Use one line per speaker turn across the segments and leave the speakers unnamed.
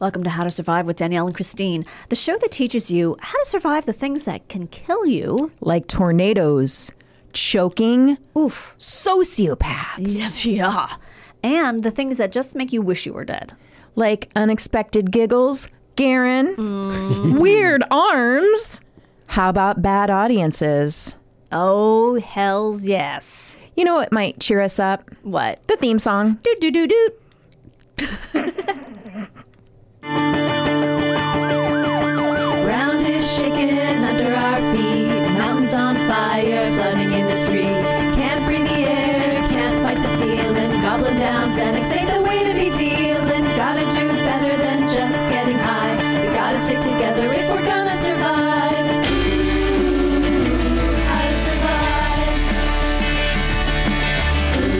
Welcome to How to Survive with Danielle and Christine, the show that teaches you how to survive the things that can kill you.
like tornadoes, choking,
Oof.
sociopaths,
Yeah. And the things that just make you wish you were dead.
like unexpected giggles, Garen,
Mm.
weird arms. How about bad audiences?
Oh, hells yes.
You know what might cheer us up?
What?
The theme song.
Doot, doot, doot, doot.
Ground is shaken under our feet. Mountains on fire, flooding in the street. Can't breathe the air, can't fight the feeling. Goblin down, Xanax ain't the way to be dealing. Gotta do better than just getting high. We gotta stick together if we're gonna survive. Ooh, how to survive. Ooh,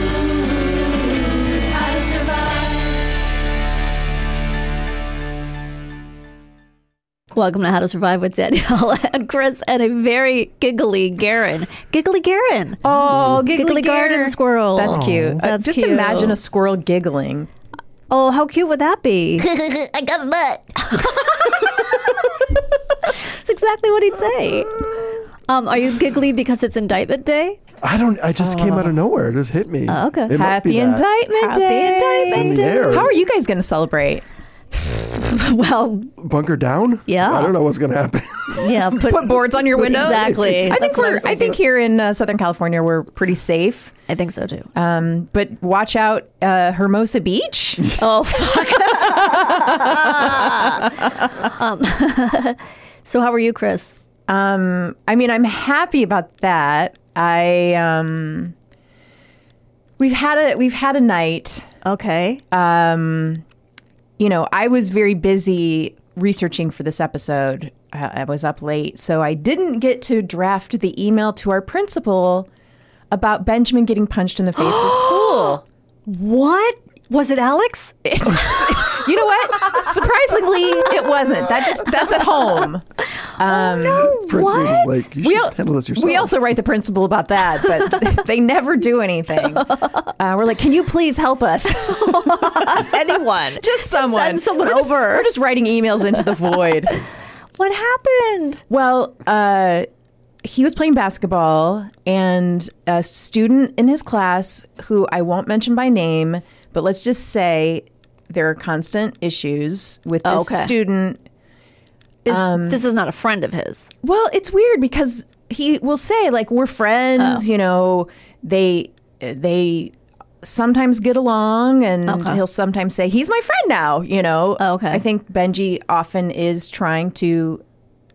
how to survive.
Welcome to How to Survive with Danielle and Chris and a very giggly Garen. Giggly Garen.
Oh, giggly,
Giggly garden
Garen.
squirrel.
That's cute. Uh,
that's
just
cute.
imagine a squirrel giggling.
Oh, how cute would that be?
I got a butt.
That's exactly what he'd say. Um, are you giggly because it's indictment day? Oh,
I don't. I just came out of nowhere. It just hit me.
okay.
It must
Oh. Happy
be that.
indictment
Happy
day.
indictment
It's in the day. air.
How are you guys going to celebrate?
Well,
Bunker down.
Yeah.
I don't know what's gonna happen.
yeah. Put,
Put boards on your windows.
Exactly.
I think
That's what
we're.
I'm
I think here in uh, Southern California we're pretty safe.
I think so too.
Um, but watch out, uh, Hermosa Beach.
oh fuck. Um, so how are you, Chris?
I mean, I'm happy about that. I um, we've had a we've had a night.
Okay.
You know, I was very busy researching for this episode. Uh, I, I was up late, so I didn't get to draft the email to our principal about Benjamin getting punched in the face at school.
what was it, Alex?
You know what? Surprisingly, it wasn't. That just that's at home. Um,
Prince was just like, you should
al-
handle this yourself.
we also write the principal about that, but they never do anything. Uh, we're like, can you please help us?
Anyone?
just someone.
send someone
we're just-
over.
we're just writing emails into the void.
what happened?
Well, uh, he was playing basketball, and a student in his class, who I won't mention by name, but let's just say there are constant issues with this
Okay.
student
Is-
Um,
this is not a friend of his.
Well, it's weird because he will say like we're
Oh.
friends, you know, they they sometimes get along and he'll sometimes say he's my friend now, you know.
Oh, okay.
I think Benji often is trying to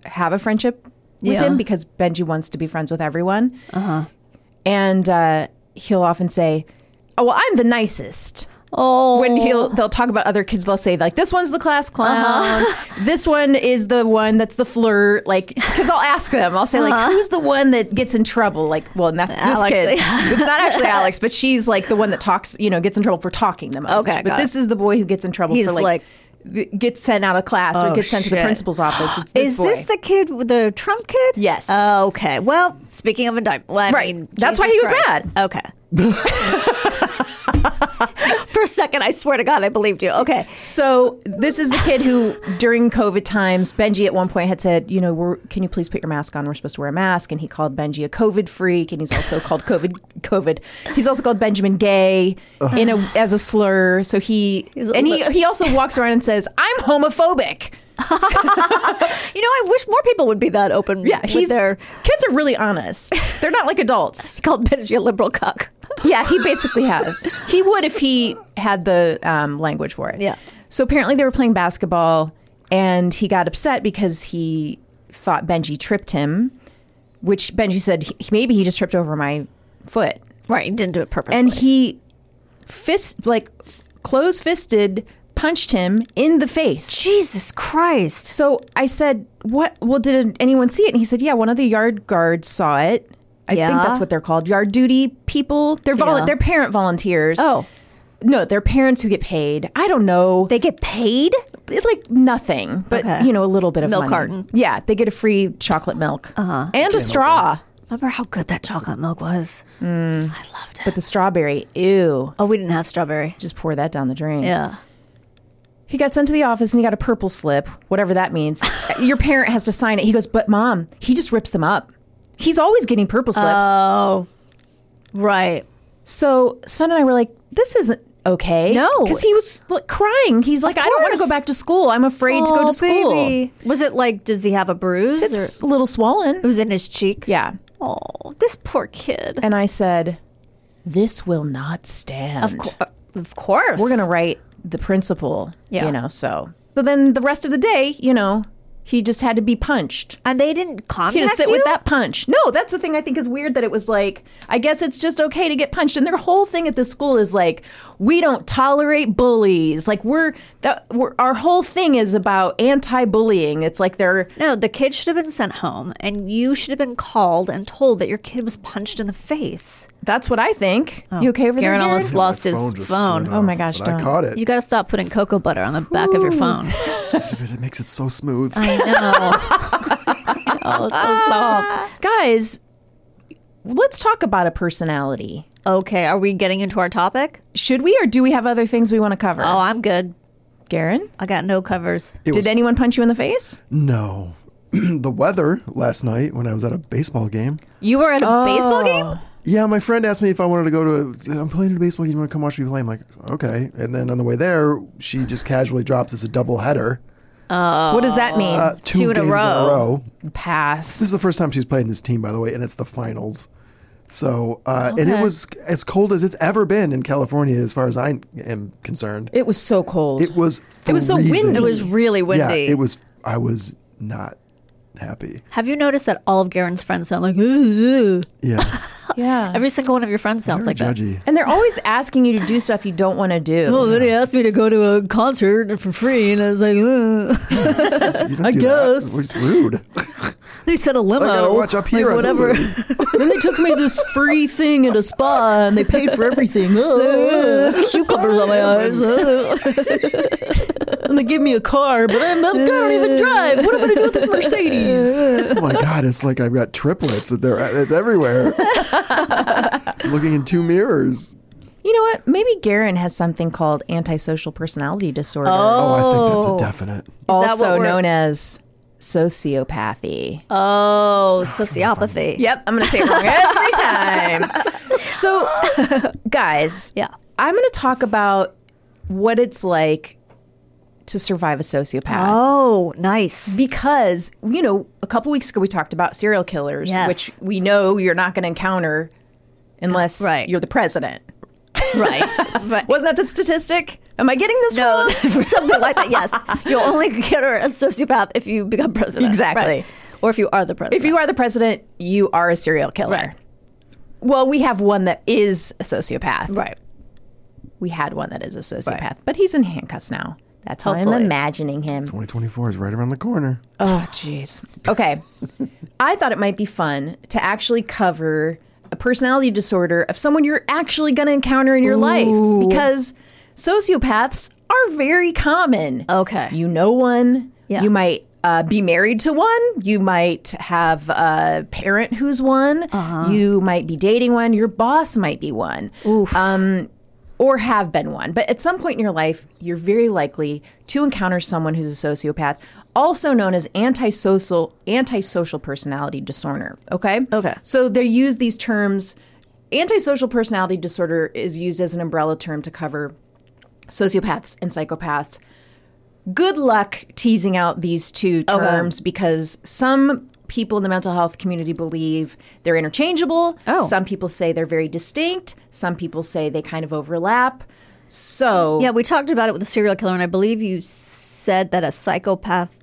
have a friendship with
Yeah.
him because Benji wants to be friends with everyone. Uh-huh. And uh, he'll often say, "Oh, well, I'm the nicest."
Oh, Uh-huh.
when he'll they'll talk about other kids they'll say like this one's the class clown this one is the one that's the flirt like because i'll ask them i'll say like who's the one that gets in trouble like well and that's
Uh-huh. Alex.
this kid it's not actually alex but she's like the one that talks you know gets in trouble for talking the most
Okay,
but
got
this is the boy who gets in trouble
He's
for like,
like
th- gets sent out of class or
Oh,
gets sent to the
shit.
principal's office. It's this
Is this
boy.
the kid, the Trump kid?
Yes.
Oh, okay. Well, speaking of a dime, well, I
Right.
mean,
That's why
Jesus
he was
Christ. Okay. For a second, I swear to God, I believed you. Okay.
So this is the kid who, during COVID times, Benji at one point had said, "You know, we're, can you please put your mask on? We're supposed to wear a mask." And he called Benji a COVID freak, and he's also called COVID COVID. He's also called Benjamin Gay in a as a slur. So he
was a
and he
li-
he also walks around and says, "I'm homophobic."
You know, I wish more people would be that open.
Yeah,
with
he's
their
kids are really honest. They're not like adults.
called Benji a liberal cuck.
yeah, he basically has. He would if he had the um, language for it.
Yeah.
So apparently they were playing basketball, and he got upset because he thought Benji tripped him, which Benji said "He- maybe he just tripped over my foot,
Right. He didn't do it purposely.
and he fist like close fisted punched him in the face.
Jesus Christ.
So I said, "What? Well, did anyone see it?" And he said, "Yeah, one of the yard guards saw it. I think
Yeah.
that's what they're called, yard duty people. They're volu-
Yeah.
they're parent volunteers.
Oh,
no, they're parents who get paid. I don't know.
they get paid?
It's like nothing, but
Okay.
you know, a little bit of
Milk
money.
carton. Uh-huh.
Yeah, they get a free chocolate milk and a straw,
Remember how good that chocolate milk was?
Mm.
I loved it.
but the strawberry, ew,
Oh, we didn't have strawberry.
just pour that down the drain.
Yeah.
He got sent to the office and he got a purple slip, whatever that means. Your parent has to sign it. He goes, but mom, he just rips them up. He's always getting purple slips.
Oh. Right.
So Sven and I were like, this isn't okay.
No.
Because he was like, crying. He's like, I don't want to go
course.
back to school. I'm afraid to go to school.
Was it like, does he have a bruise? or?
It's a little swollen.
It was in his cheek.
Yeah.
Oh, this poor kid.
And I said, this will not stand. Of course.
Of course.
We're going to write the principal,
Yeah.
you know, so. So then the rest of the day, you know, he just had to be punched.
And they didn't contact
He had to sit
you?
with that punch. No, that's the thing I think is weird that it was like, I guess it's just okay to get punched. And their whole thing at this school is like, we don't tolerate bullies. Like we're that we're, our whole thing is about anti-bullying. It's like they're
No, the kid should have been sent home, and you should have been called and told that your kid was punched in the face.
that's what I think. you okay over there?
Garen
Garen?
almost lost his phone.
just slid
Oh my
off,
gosh,
but I
don't.
caught it.
You got to stop putting cocoa butter on the back of your phone.
But it makes it so smooth.
I know. oh, it's so soft.
guys. Let's talk about a personality.
Okay, are we getting into our topic?
Should we or do we have other things we want to cover?
Oh, I'm good.
Garen,
I got no covers.
did anyone punch you in the face?
No. the weather last night when I was at a baseball game.
You were at a baseball game?
Yeah, my friend asked me if I wanted to go to. I'm playing a baseball game. You want to come watch me play? I'm like, okay. And then on the way there, she just casually drops us a double header,
what does that mean?
uh, two,
Two in a
games
row.
Pass.
This is the first time she's played in this team, by the way, and it's the finals. So, uh, and it was as cold as it's ever been in California, as far as I am concerned.
It was so cold.
It was.
It was so windy.
freezing.
It was really windy.
Yeah, it was. I was not happy.
Have you noticed that all of Garen's friends sound like, "Ooh, ooh."
Yeah,
yeah.
every single one of your friends sounds
very
like that?
judgy.
And they're always asking you to do stuff you don't want to do.
Well, then he asked me to go to a concert for free, and I was like, "Ugh."
You don't I do
guess.
that. it's rude.
they sent a limo.
I gotta watch up here.
like,
on
whatever.
Hulu.
then they took me to this free thing at a spa, and they paid for everything. Ugh. cucumbers on my eyes. Ugh. and they gave me a car, but I'm, I'm, I am i do not even drive. What am I going to do with this Mercedes?
Oh my god, it's like I've got triplets. that They're it's everywhere. Looking in two mirrors.
You know what? Maybe Garen has something called antisocial personality disorder,
Oh, I think that's a definite.
that
also
what we're-
known as sociopathy.
Oh, sociopathy.
Yep, I'm going to say it wrong every time. So, guys,
Yeah.
I'm going to talk about what it's like to survive a sociopath.
Oh, nice.
because you know a couple weeks ago we talked about serial killers
Yes.
which we know you're not going to encounter unless
Right.
you're the president
Right. right.
wasn't that the statistic am i getting this
No,
wrong
for something like that, yes. You'll only get a sociopath if you become president.
Exactly.
Right. Or if you are the president.
if you are the president you are a serial killer
Right.
well we have one that is a sociopath
Right.
we had one that is a sociopath but he's in handcuffs now that's how i'm
Hopefully.
imagining him
2024 is right around the corner.
Oh, jeez. Okay. I thought it might be fun to actually cover a personality disorder of someone you're actually going to encounter in your life because sociopaths are very common.
Okay.
You know one.
Yeah.
You might uh, be married to one. You might have a parent who's one.
Uh-huh.
You might be dating one. Your boss might be one. Um, or have been one. But at some point in your life, you're very likely to encounter someone who's a sociopath, also known as antisocial antisocial personality disorder. Okay.
Okay.
So they use these terms. Antisocial personality disorder is used as an umbrella term to cover sociopaths and psychopaths. Good luck teasing out these two terms because some people in the mental health community believe they're interchangeable.
Oh.
Some people say they're very distinct. Some people say they kind of overlap. So,
Yeah, we talked about it with the serial killer, and I believe you said that a psychopath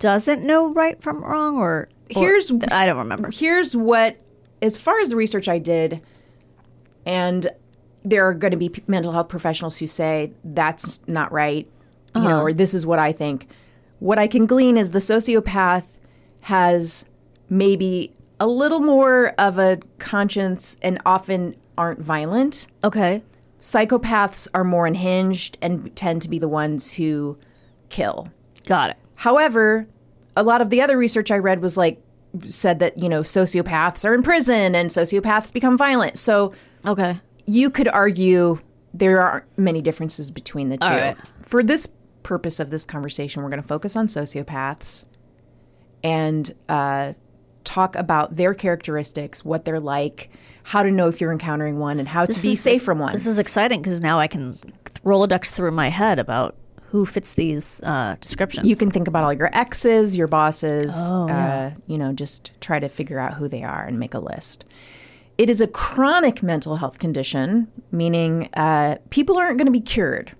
doesn't know right from wrong, or, or-
Here's-
I don't remember.
here's what as far as the research i did and there are going to be p- mental health professionals who say that's not right you know or this is what i think what i can glean is the sociopath has maybe a little more of a conscience and often aren't violent
Okay,
psychopaths are more unhinged and tend to be the ones who kill
got it.
However, a lot of the other research I read was like said that, you know, sociopaths are in prison and sociopaths become violent. So
Okay,
you could argue there are many differences between the two.
right.
For this purpose of this conversation, we're going to focus on sociopaths and uh, talk about their characteristics, what they're like, how to know if you're encountering one, and how to be
is-
safe from one.
this is exciting because now I can Rolodex through my head about who fits these uh, descriptions.
you can think about all your exes, your bosses,
Oh,
uh, you know, just try to figure out who they are and make a list. It is a chronic mental health condition, meaning uh, people aren't going to be cured.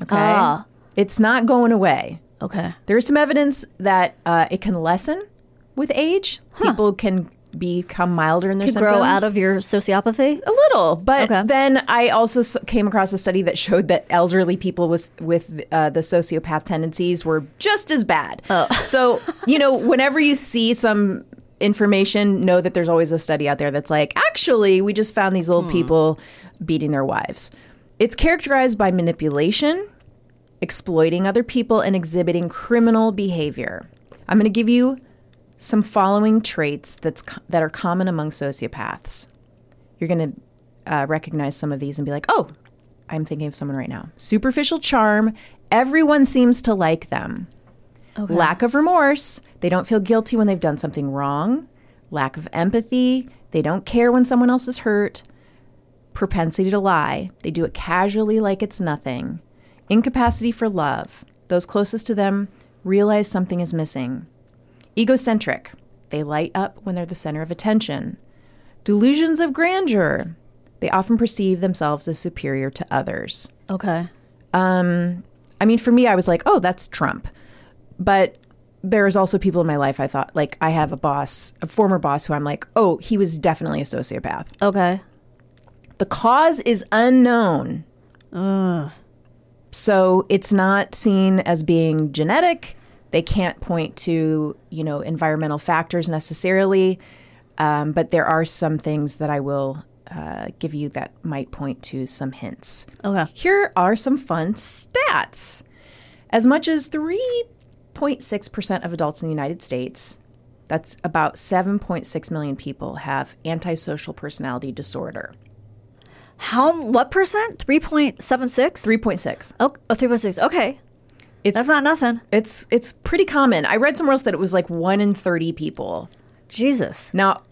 Okay.
Ah.
It's not going away.
okay,
There is some evidence that uh, it can lessen with age. People can become milder in their
you
symptoms.
grow out of your sociopathy.
A little, but
Okay.
then I also s- came across a study that showed that elderly people with with uh, the sociopath tendencies were just as bad. Oh. So you know, whenever you see some information, know that there's always a study out there that's like, actually, we just found these old people beating their wives. It's characterized by manipulation, exploiting other people, and exhibiting criminal behavior. I'm going to give you some following traits that's co- that are common among sociopaths you're going to uh, recognize some of these and be like, oh, I'm thinking of someone right now. Superficial charm. Everyone seems to like them. Lack of remorse. They don't feel guilty when they've done something wrong. Lack of empathy. They don't care when someone else is hurt. Propensity to lie. They do it casually like it's nothing. Incapacity for love. Those closest to them realize something is missing. Egocentric. They light up when they're the center of attention delusions of grandeur. They often perceive themselves as superior to others.
Okay,
I mean, for me, I was like, oh, that's Trump. But there's also people in my life I thought, like, I have a boss, a former boss who I'm like, oh, he was definitely a sociopath.
okay,
The cause is unknown. So it's not seen as being genetic. They can't point to, you know, environmental factors necessarily. Um, but there are some things that I will uh, give you that might point to some hints.
okay.
Here are some fun stats. As much as 3.6% of adults in the United States, that's about 7.6 million people, have antisocial personality disorder.
How what percent? Three point seven six.
3.6.
Oh, oh, 3.6. Okay,
It's
that's not nothing.
it's it's pretty common. I read somewhere else that it was like 1 in 30 people.
Jesus.
Now,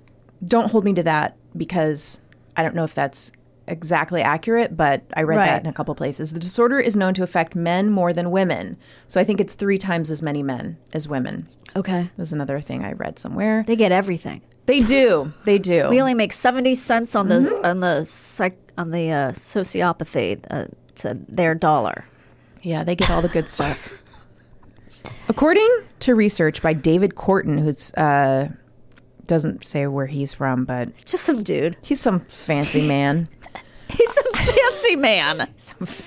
don't hold me to that because I don't know if that's exactly accurate, but I read
Right.
that in a couple places. The disorder is known to affect men more than women. So I think it's 3 times as many men as women.
Okay,
That's another thing I read somewhere.
they get everything.
They do. They do.
We only make seventy cents on the on the psych on the uh, sociopathy uh, to their dollar.
yeah, they get all the good stuff. According to research by David Corton, who's uh, doesn't say where he's from, but
Just some dude.
he's some fancy man,
He's a fancy man,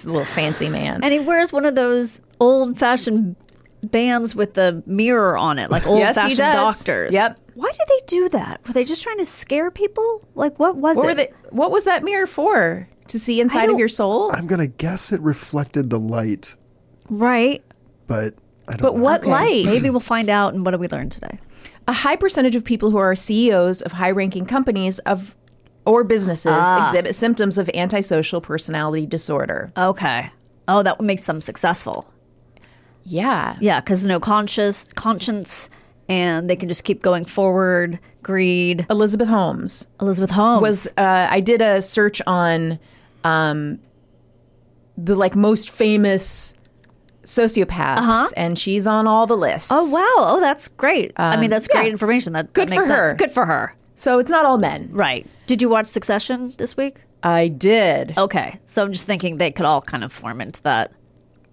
little fancy man.
and he wears one of those old fashioned bands with the mirror on it, like old fashioned doctors.
Yep.
Why did they do that? Were they just trying to scare people? Like, what was
What
it?
were they? What was that mirror for? to see inside of
don't-
your soul?
I'm gonna guess it reflected the light,
Right.
but I don't.
But
know.
what light?
Maybe we'll find out. And what did we learn today?
a high percentage of people who are CEOs of high-ranking companies of or businesses
Ah.
exhibit symptoms of antisocial personality disorder.
Okay. Oh, that makes them successful.
yeah.
Yeah, because no conscious conscience, and they can just keep going forward. Greed.
Elizabeth Holmes
Elizabeth Holmes
was uh, I did a search on um, the like most famous sociopaths and she's on all the lists.
Uh-huh. Oh wow! Oh, that's great. I mean, that's great information. That
Um, Good
that makes
for
sense.
her.
Good for her.
So it's not all men.
Right. Did you watch Succession this week?
I did.
Okay. So I'm just thinking they could all kind of form into that.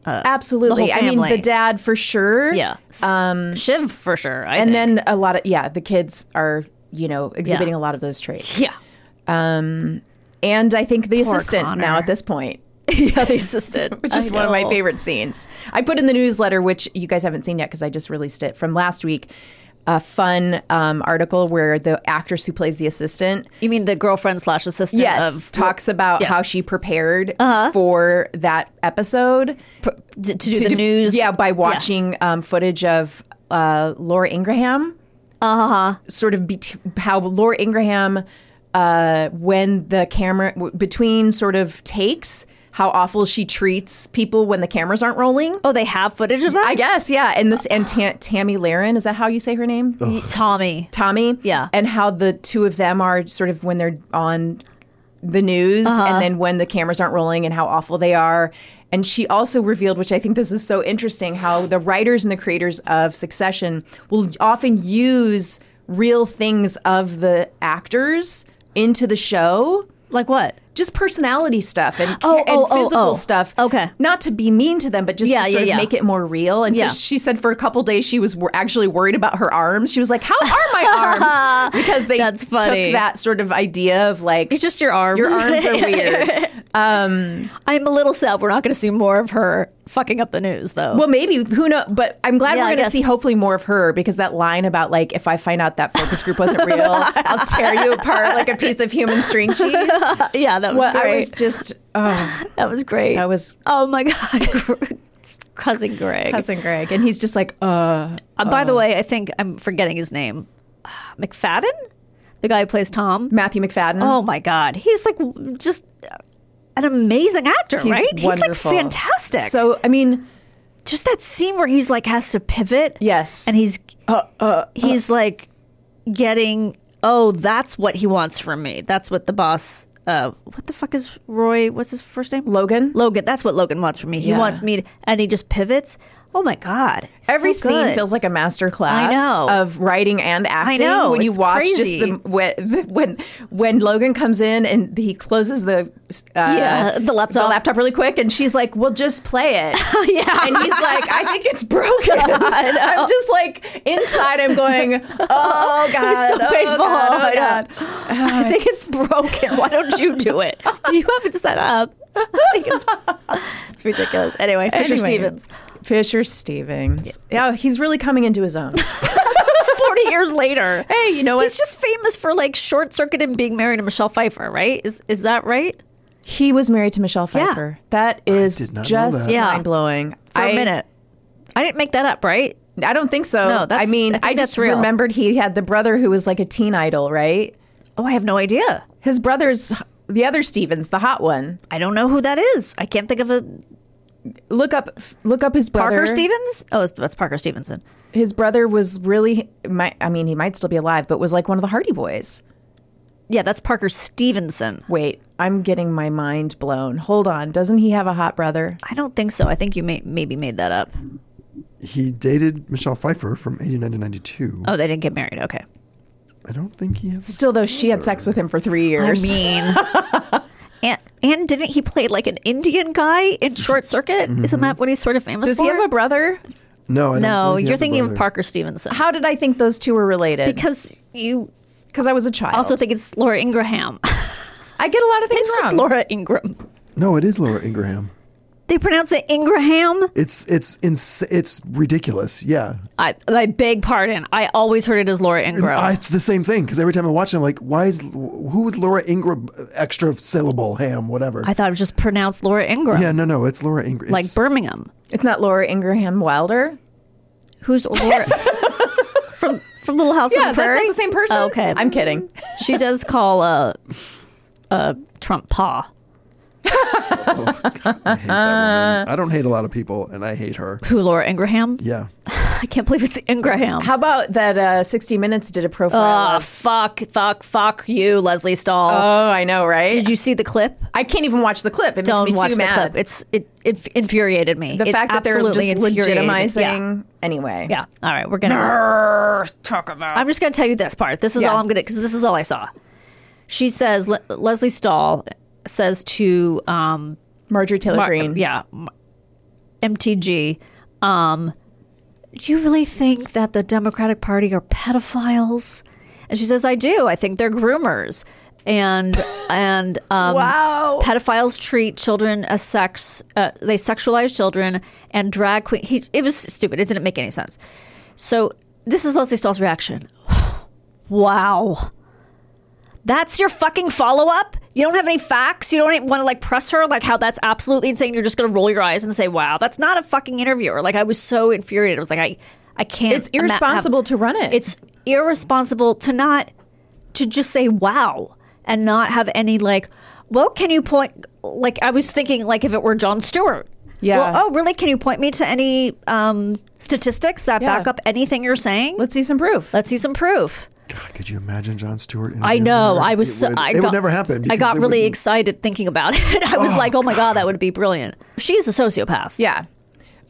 Absolutely.
the whole
I mean the
family.
dad for sure.
Yeah. Um. Shiv for sure. I
And
think.
then a lot of yeah, the kids are, you know, exhibiting a lot of those traits.
yeah.
And I think the assistant
Connor.
now at this point. yeah, the assistant, which is one of my favorite scenes. I put in the newsletter, which you guys haven't seen yet because I just released it from last week, a fun um, article where the actress who plays the assistant
You mean the girlfriend slash assistant?
yes
Of,
talks about how she prepared for that episode
to, to do the news.
yeah, by watching Um, footage of uh, Laura Ingraham.
Uh-huh.
Uh huh. Sort of bet- how Laura Ingraham, uh, when the camera w- between sort of takes, how awful she treats people when the cameras aren't rolling.
Oh, they have footage of that.
I guess, yeah. And this and Ta- Tammy Laren is that how you say her name?
Tommy.
Tommy.
Yeah.
And how the two of them are sort of when they're on the news and then when the cameras aren't rolling and how awful they are. And she also revealed, which I think this is so interesting, how the writers and the creators of Succession will often use real things of the actors into the show.
Like what?
Just personality stuff and,
Oh,
and
oh, oh,
physical
oh.
stuff.
Okay.
Not to be mean to them, but just
Yeah,
to sort
yeah,
of
yeah.
make it more real. And
Yeah.
so she said for a couple days she was wor- actually worried about her arms. She was like, "How are my arms?" Because they
That's funny.
took that sort of idea of like
It's just your arms.
your arms are weird.
I'm a little sad. We're not going to see more of her fucking up the news, though.
well, maybe who knows? But I'm glad
Yeah, I
we're going to
guess.
see hopefully more of her because that line about like if I find out that focus group wasn't real, I'll tear you apart like a piece of human string cheese.
yeah, that was
Well,
great.
I was just oh,
that was great.
I was
Oh my god, cousin Greg.
cousin Greg, and he's just like, uh,
Uh, by the way, I think I'm forgetting his name. McFadden, the guy who plays Tom.
Matthew McFadden.
Oh my god, he's like w- just an amazing actor,
He's
right?
wonderful.
He's like fantastic.
So I mean,
just that scene where he's like has to pivot.
Yes. Uh,
and he's he's like getting. Oh, that's what he wants from me. That's what the boss. Uh, what the fuck is Roy? What's his first name?
Logan?
Logan. That's what Logan wants from me. He
Yeah.
wants me, to, and he just pivots. Oh my god!
Every
So
scene
good.
feels like a master class
I know.
of writing and acting.
know,
when you
it's
watch
crazy.
just the when, the when when Logan comes in and he closes the uh,
Yeah, the laptop.
really quick, and she's like, "Well, just play it."
yeah.
And he's like, I think it's broken. I'm just like inside. I'm going, oh god,
so
oh,
painful.
God, oh,
I know.
God. I think it's broken. Why don't you do it?
you have it set up. I think it's, it's ridiculous. Anyway, Fisher
Anyway.
Stevens,
Fisher Stevens. Yeah, he's really coming into his own.
forty years later.
Hey, you know what?
He's just famous for like short circuit and being married to Michelle Pfeiffer, right? Is is that right?
He was married to Michelle Pfeiffer. That is
did not know
just
that.
Yeah.
mind blowing.
For
I
a minute, I didn't make that up, right?
I don't think so.
No, that's-
I mean,
I
I,
think that's
just
real.
remembered he had the brother who was like a teen idol, right?
Oh, I have no idea.
His brother's the other Stevens, the hot one.
I don't know who that is. I can't think of a
Look up, look up his brother.
Parker Stevens. Oh, it's- that's Parker Stevenson.
His brother was really. My, I mean, he might still be alive, but was like one of the Hardy Boys.
Yeah, that's Parker Stevenson.
Wait, I'm getting my mind blown. Hold on, doesn't he have a hot brother?
I don't think so. I think you may, maybe made that up.
He dated Michelle Pfeiffer from 89 to 92.
Oh, they didn't get married. Okay.
I don't think he has.
Still, though, she had sex with him for three
I
years.
mean, and, and didn't he play like an Indian guy in Short Circuit? Isn't that what he's sort of famous
Mm-hmm. Does
for?
he have a brother?
No, I don't
no,
think he
you're
has a
thinking of
brother.
Parker Stevenson
How did I think those two were related?
because you
Because I was a child.
also think it's Laura Ingraham.
I get a lot of things
it's
wrong.
just Laura Ingram.
No, it is Laura Ingraham.
They pronounce it Ingraham.
It's it's ins- it's ridiculous. Yeah,
I, I beg pardon. I always heard it as Laura Ingram.
I, it's the same thing because every time I watch it, I'm like, why is who is Laura Ingram extra syllable ham whatever?
I thought it was just pronounced Laura Ingram,
yeah, no, no, it's Laura Ingram.
like
It's-
Birmingham.
It's not Laura Ingraham Wilder.
Who's Laura from from Little House on the Prairie? Oh, okay,
I'm kidding.
She does call uh, uh, Trump pa.
I hate that woman. I don't hate a lot of people, and I hate her.
Who Laura Ingraham?
Yeah,
I can't believe it's Ingraham.
How about that? Uh, 60 Minutes did a profile.
Ah,
of-
fuck, fuck, fuck you, Leslie Stahl.
oh, I know, right?
Did you see the clip?
I can't even watch the clip. It
Don't
makes me
watch
too
the
mad.
clip. It's it, it infuriated me.
the
It
fact that they're just
absolutely infuriated me.
legitimizing anyway.
Yeah. yeah. All right, we're gonna talk about. I'm just gonna tell you this part. This is
Yeah.
all I'm gonna because this is all I saw. She says Le- Leslie Stahl says to um,
Marjorie Taylor
Mar-
Greene.
Yeah. M- MTG. Um, do you really think that the Democratic Party are pedophiles? And she says, I do. I think they're groomers. And and um, wow. pedophiles treat children as sex. Uh, they sexualize children and drag queen. He, it was stupid. It didn't make any sense. So this is Leslie Stahl's reaction. wow. That's your fucking follow up? You don't have any facts? You don't want to like press her? Like how that's absolutely insane. You're just going to roll your eyes and say, wow, that's not a fucking interviewer. Like I was so infuriated. I was like, I, I can't.
It's
ima- have-
irresponsible to run it.
It's irresponsible to not, to just say wow and not have any like, well, can you point, like I was thinking like if it were John Stewart.
Yeah.
Well, oh, really? Can you point me to any um, statistics that
Yeah.
back up anything you're saying?
Let's see some proof.
Let's see some proof.
God, could you imagine John Stewart?
I
interviewing
know.
her?
I was.
It
so,
would-
I
it
got,
would never
I
happen. because
got
they
really
wouldn't-
excited thinking about it. I was like, oh my god, that would be brilliant. She's a sociopath.
Yeah.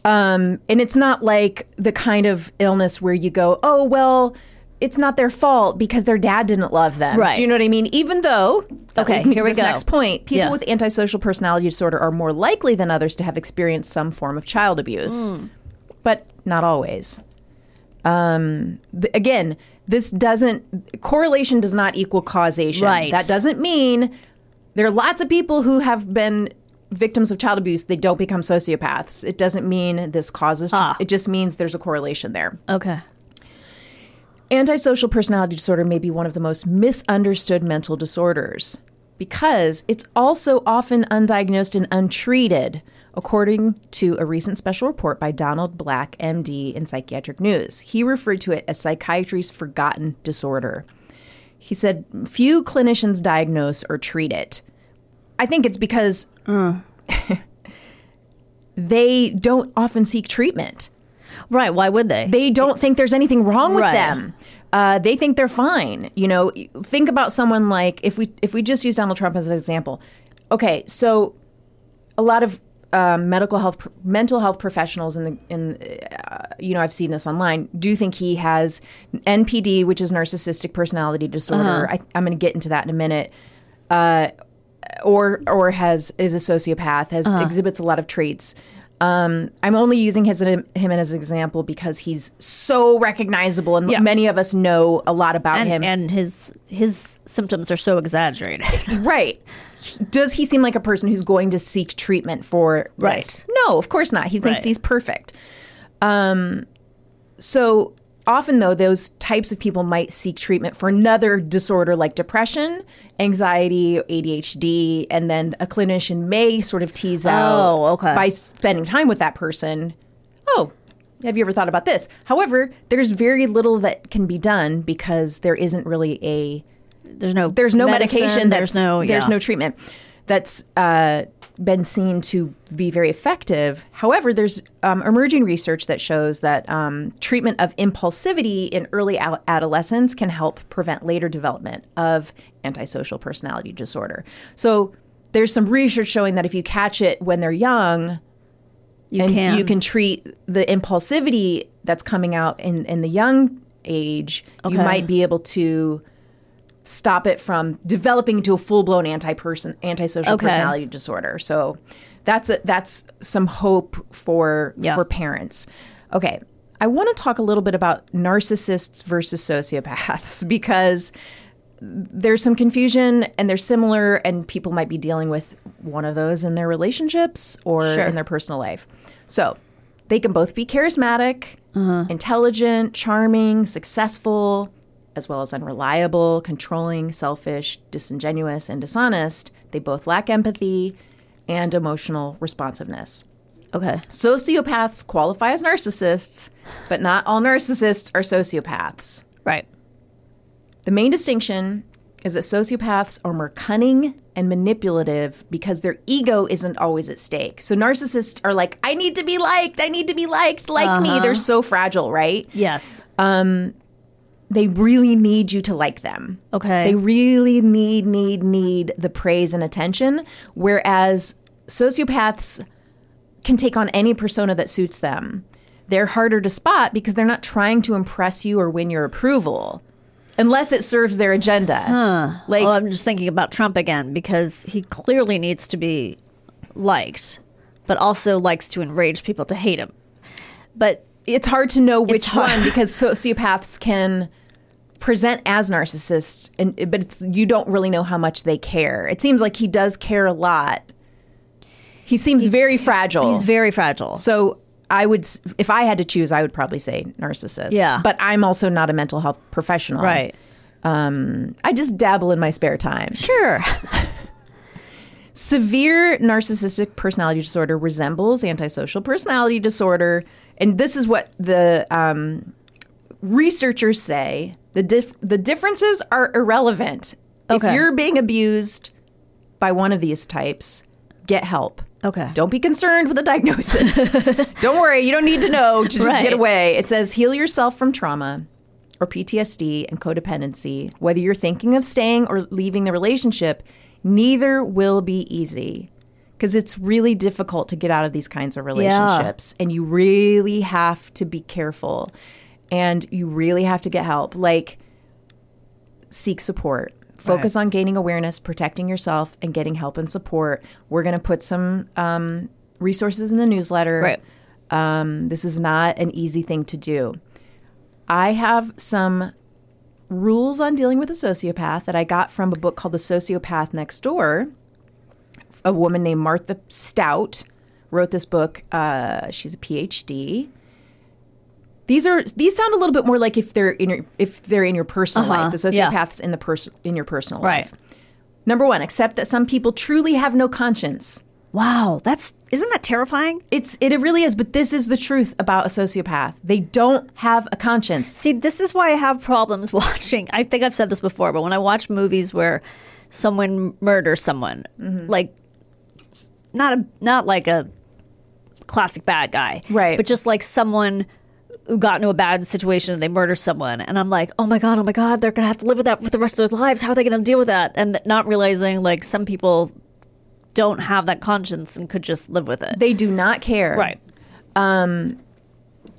Um, and it's not like the kind of illness where you go, oh, well, it's not their fault because their dad didn't love them.
Right.
Do you know what I mean? Even though, that
Okay,
leads me
here
to
we
this
go.
next point, people
Yeah.
with antisocial personality disorder are more likely than others to have experienced some form of child abuse,
Mm.
but not always. Um, th- again, this doesn't, correlation does not equal causation.
Right.
That doesn't mean there are lots of people who have been victims of child abuse they don't become sociopaths it doesn't mean this causes it just means there's a correlation there
Okay.
antisocial personality disorder may be one of the most misunderstood mental disorders because it's also often undiagnosed and untreated according to a recent special report by donald black md in psychiatric news he referred to it as psychiatry's forgotten disorder he said few clinicians diagnose or treat it i think it's because they don't often seek treatment
Right. Why would they?
they don't think there's anything wrong with
Right.
them. Uh, they think they're fine. You know, think about someone like if we if we just use Donald Trump as an example. Okay, so a lot of um, medical health pr- mental health professionals in the in uh, you know I've seen this online do think he has NPD, which is narcissistic personality
Uh-huh.
disorder. I, I'm going to get into that in a minute. Uh, or or has is a sociopath has
Uh-huh.
exhibits a lot of traits. Um, I'm only using his him as an example because he's so recognizable and
Yeah.
many of us know a lot about
and,
him.
and his his symptoms are so exaggerated.
Right. Does he seem like a person who's going to seek treatment for this?
Right.
No, of course not. He thinks
Right.
he's perfect. Um, so often though, those types of people might seek treatment for another disorder like depression, anxiety, ADHD, and then a clinician may sort of tease out
Oh, okay.
by spending time with that person. Oh, have you ever thought about this? However, there's very little that can be done because there isn't really a
There's no.
there's no
medicine,
medication that's
There's no.
there's
yeah.
no treatment that's uh, been seen to be very effective however there's um, emerging research that shows that um, treatment of impulsivity in early ad- adolescence can help prevent later development of antisocial personality disorder so there's some research showing that if you catch it when they're young
You
and
can.
you can treat the impulsivity that's coming out in, in the young age you
Okay.
might be able to stop it from developing into a full-blown anti-person antisocial
Okay.
personality disorder so that's a, that's some hope for
Yeah.
for parents okay i want to talk a little bit about narcissists versus sociopaths because there's some confusion and they're similar and people might be dealing with one of those in their relationships or
Sure.
in their personal life so they can both be charismatic intelligent charming successful as well as unreliable controlling selfish disingenuous and dishonest they both lack empathy and emotional responsiveness
Okay.
sociopaths qualify as narcissists but not all narcissists are sociopaths
Right.
the main distinction is that sociopaths are more cunning and manipulative because their ego isn't always at stake. So narcissists are like, I need to be liked, I need to be liked, like me. They're so fragile, right?
Yes.
They really need you to like them.
Okay.
They really need, need, need the praise and attention. Whereas sociopaths can take on any persona that suits them. They're harder to spot because they're not trying to impress you or win your approval unless it serves their agenda. Like,
well, I'm just thinking about Trump again because he clearly needs to be liked, but also likes to enrage people to hate him. But
it's hard to know which
It's hard.
one because sociopaths can present as narcissists and but it's you don't really know how much they care. It seems like he does care a lot. He seems very fragile.
he's very fragile.
so I would s- if I had to choose I would probably say narcissist.
Yeah.
But I'm also not a mental health professional. Um,
right.
I just dabble in my spare time.
Sure.
severe narcissistic personality disorder resembles antisocial personality disorder and this is what the um, researchers say the dif- the differences are irrelevant if
Okay.
you're being abused by one of these types get help
Okay.
don't be concerned with a diagnosis. don't worry, you don't need to know to just
Right.
get away. It says heal yourself from trauma or PTSD and codependency. Whether you're thinking of staying or leaving the relationship, neither will be easy because it's really difficult to get out of these kinds of relationships and you really have to be careful and you really have to get help. Like seek support. Focus on gaining awareness, protecting yourself, and getting help and support. We're going to put some um, resources in the newsletter.
Right.
Um, this is not an easy thing to do. I have some rules on dealing with a sociopath that I got from a book called The Sociopath Next Door. A woman named Martha Stout wrote this book. Uh, she's a PhD. These are these sound a little bit more like if they're in your if they're in your personal
Uh-huh,
life. The
yeah.
sociopaths in the person in your personal
Right.
life. Number one, accept that some people truly have no conscience.
Wow. That's isn't that terrifying?
It's it really is, but this is the truth about a sociopath. They don't have a conscience.
See, this is why I have problems watching. I think I've said this before, but when I watch movies where someone murders someone,
Mm-hmm.
like not a not like a classic bad guy,
Right.
But just like someone who got into a bad situation and they murder someone, and I'm like, oh my god, oh my god, they're gonna have to live with that for the rest of their lives. How are they gonna deal with that? And th- not realizing like some people don't have that conscience and could just live with it,
They do not care.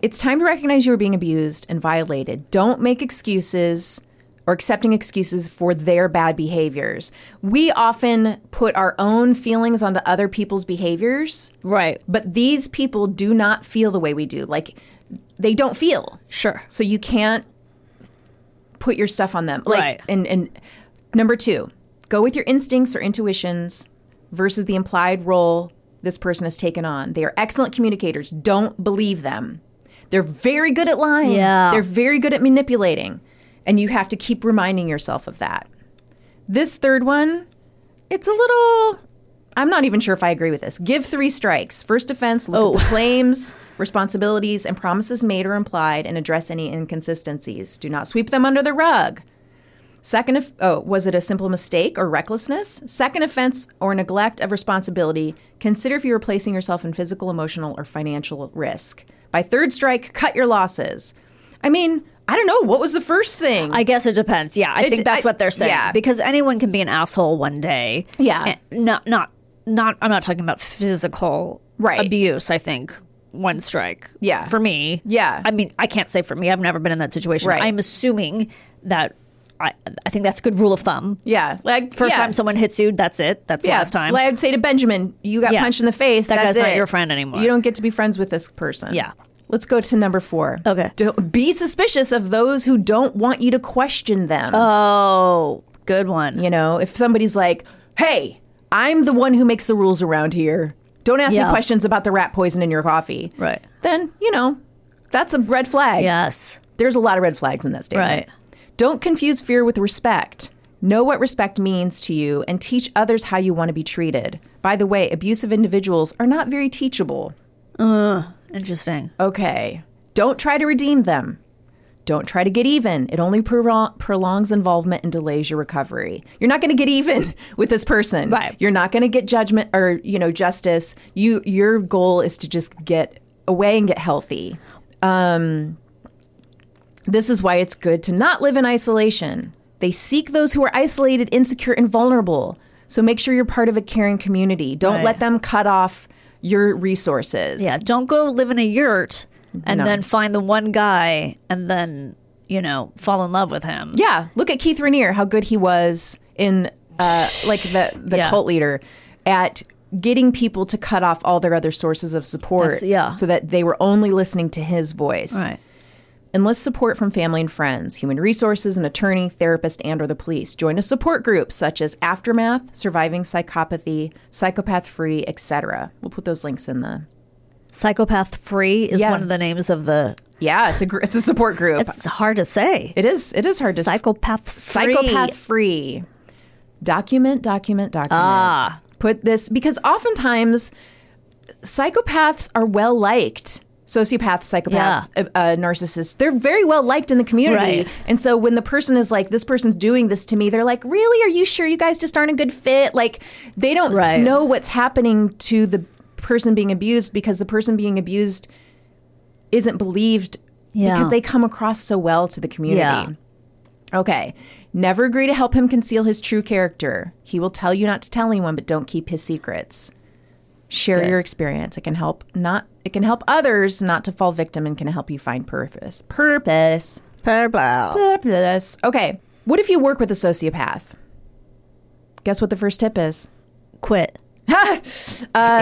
It's time to recognize you are being abused and violated. Don't make excuses or accepting excuses for their bad behaviors. We often put our own feelings onto other people's behaviors,
right?
but these people do not feel the way we do. Like they don't feel.
Sure,
So you can't put your stuff on them. Like
Right.
and and number 2, go with your instincts or intuitions versus the implied role this person has taken on. They are excellent communicators. Don't believe them. They're very good at lying.
Yeah.
They're very good at manipulating. And you have to keep reminding yourself of that. This third one, it's a little I'm not even sure if I agree with this. Give three strikes. First offense, look
Oh.
at the claims, responsibilities, and promises made or implied, and address any inconsistencies. Do not sweep them under the rug. Second, of, oh, was it a simple mistake or recklessness? Second offense or neglect of responsibility. Consider if you were placing yourself in physical, emotional, or financial risk. By third strike, cut your losses. I mean, I don't know. What was the first thing?
I guess it depends. Yeah, I
It-
think that's
I-
what they're saying
yeah.
because anyone can be an asshole one day.
Yeah.
And not not not. I'm not talking about physical
Right.
abuse. I think one strike.
Yeah.
for me.
Yeah.
I mean, I can't say for me. I've never been in that situation.
Right.
I'm assuming that I I think that's a good rule of thumb.
yeah. Like,
First
yeah.
time someone hits you, that's it. That's the
Yeah.
last time.
Like I'd say to Benjamin, you got
Yeah.
punched in the face.
That
that's
guy's not
it.
your friend anymore.
You don't get to be friends with this person.
Yeah.
Let's go to number four.
Okay. Uh.
Don't, be suspicious of those who don't want you to question them. Oh.
Good one.
You know, if somebody's like, hey, I'm the one who makes the rules around here. Don't ask
Yeah.
me questions about the rat poison in your coffee.
Right.
Then, you know, that's a red flag.
Yes.
There's a lot of red flags in that statement.
Right.
Don't confuse fear with respect. Know what respect means to you and teach others how you want to be treated. By the way, abusive individuals are not very teachable.
Interesting.
Okay. Don't try to redeem them. Don't try to get even. It only prolo- prolongs involvement and delays your recovery. You're not going to get even with this person.
Right.
You're not going to get judgment or you know justice. You your goal is to just get away and get healthy. Um, this is why it's good to not live in isolation. They seek those who are isolated, insecure, and vulnerable. So make sure you're part of a caring community. Don't
Right.
let them cut off your resources.
Yeah. Don't go live in a yurt and
No.
then find the one guy and then, you know, fall in love with him.
Yeah, look at Keith Rainier, how good he was in uh, like the the
Yeah.
cult leader at getting people to cut off all their other sources of support,
That's- yeah.
so that they were only listening to his voice.
Right.
Enlist support from family and friends, human resources, an attorney, therapist, and or the police. Join a support group such as Aftermath, Surviving Psychopathy, Psychopath Free, etc. We'll put those links in the.
Psychopath free is
Yeah.
one of the names of the.
Yeah, it's a gr- it's a support group.
It's hard to say.
it is it is hard to
Psychopath free.
psychopath free. Document, document, document. Ah. Put this because oftentimes psychopaths are well liked. Sociopaths, psychopaths, uh, uh, narcissists, they're very well liked in the community.
Right.
And so when the person is like, this person's doing this to me, they're like, really? Are you sure you guys just aren't a good fit? Like, they don't
Right.
know what's happening to the person being abused because the person being abused isn't believed
Yeah.
because they come across so well to the community.
Yeah.
Okay. Never agree to help him conceal his true character. He will tell you not to tell anyone, but don't keep his secrets. Share your experience. It can help not it can help others not to fall victim and can help you find purpose. Purpose.
Purple.
Purpose. Okay. What if you work with a sociopath? Guess what the first tip is?
Quit. Uh,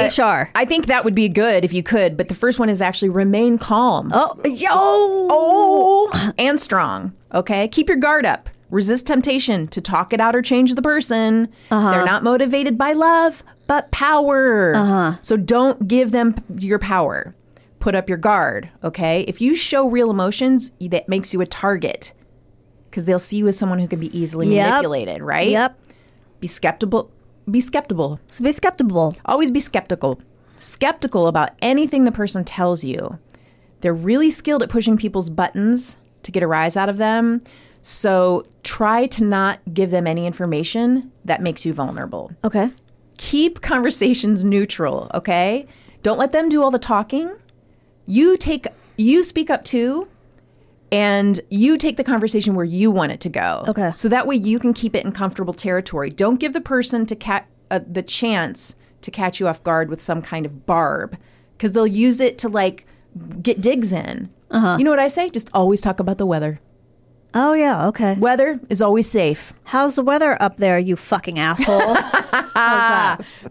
HR.
I think that would be good if you could, but the first one is actually remain calm.
Oh, yo. Oh.
and strong. Okay, keep your guard up. Resist temptation to talk it out or change the person.
Uh-huh.
They're not motivated by love, but power.
Uh-huh.
So don't give them p- your power. Put up your guard. Okay, if you show real emotions, y- that makes you a target because they'll see you as someone who can be easily
Yep.
manipulated. Right?
Yep.
Be skeptical. Be skeptical.
So be skeptical.
Always be skeptical. Skeptical about anything the person tells you. They're really skilled at pushing people's buttons to get a rise out of them. So try to not give them any information that makes you vulnerable.
Okay.
Keep conversations neutral, okay? Don't let them do all the talking. You take you speak up too and you take the conversation where you want it to go.
Okay.
So that way you can keep it in comfortable territory. Don't give the person to ca- uh, the chance to catch you off guard with some kind of barb because they'll use it to like get digs in. Uh-huh. You know what I say? Just always talk about the weather.
Oh, yeah. Okay.
Weather is always safe.
How's the weather up there, you fucking asshole?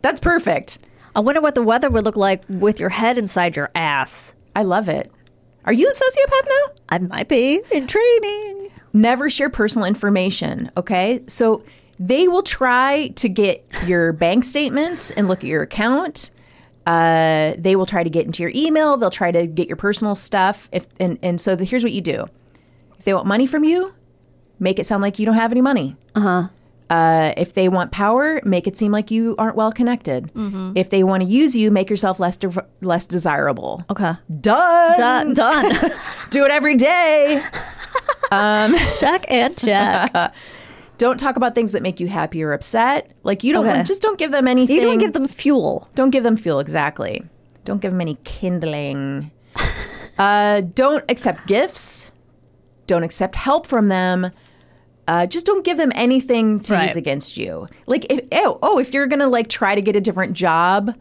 That's perfect.
I wonder what the weather would look like with your head inside your ass.
I love it. Are you a sociopath now?
I might be in training.
never share personal information, okay? So they will try to get your bank statements and look at your account. Uh, they will try to get into your email. They'll try to get your personal stuff. If and and so the, here's what you do: if they want money from you, make it sound like you don't have any money. Uh-huh. If they want power, make it seem like you aren't well connected. If they want to use you, make yourself less de- less desirable.
Okay.
Done.
Done. done. Um,
Do it every day.
check and check.
don't talk about things that make you happy or upset. Like you don't
Okay.
want, just don't give them anything.
You don't give them fuel.
don't give them fuel exactly. Don't give them any kindling. uh, don't accept gifts. Don't accept help from them. Uh, just don't give them anything to
Right.
use against you. Like if oh, oh if you're gonna like try to get a different job.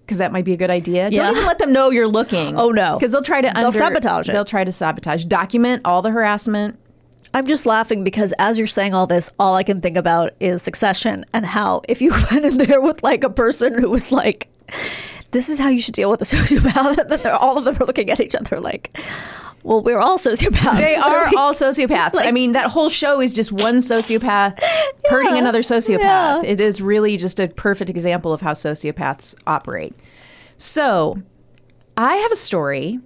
Because that might be a good idea.
Yeah.
Don't even let them know you're looking.
Oh, no.
Because they'll try to
They'll sabotage it.
They'll try to sabotage. Document all the harassment.
I'm just laughing because as you're saying all this, all I can think about is succession and how if you went in there with like a person who was like, this is how you should deal with a sociopath, and then they're, all of them are looking at each other like, Well, we're all sociopaths.
They are all sociopaths. I mean, that whole show is just one sociopath hurting another sociopath.
yeah.
It is really just a perfect example of how sociopaths operate. So, I have a story.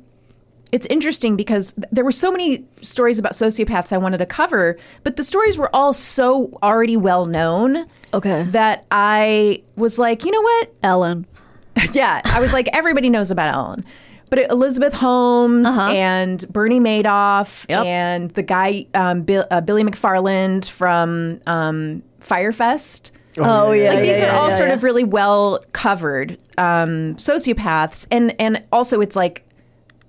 It's interesting because th- there were so many stories about sociopaths I wanted to cover, but the stories were all so already well known
Okay.
that I was like, you know what?
Ellen.
Yeah, I was like, everybody knows about Ellen. But it- Elizabeth Holmes and Bernie Madoff
Yep.
and the guy, um, Bill, uh, Billy McFarland from um, Firefest.
Oh, yeah.
Like these
yeah,
are
yeah,
all
yeah,
sort
yeah.
of really well covered um, sociopaths, and and also it's like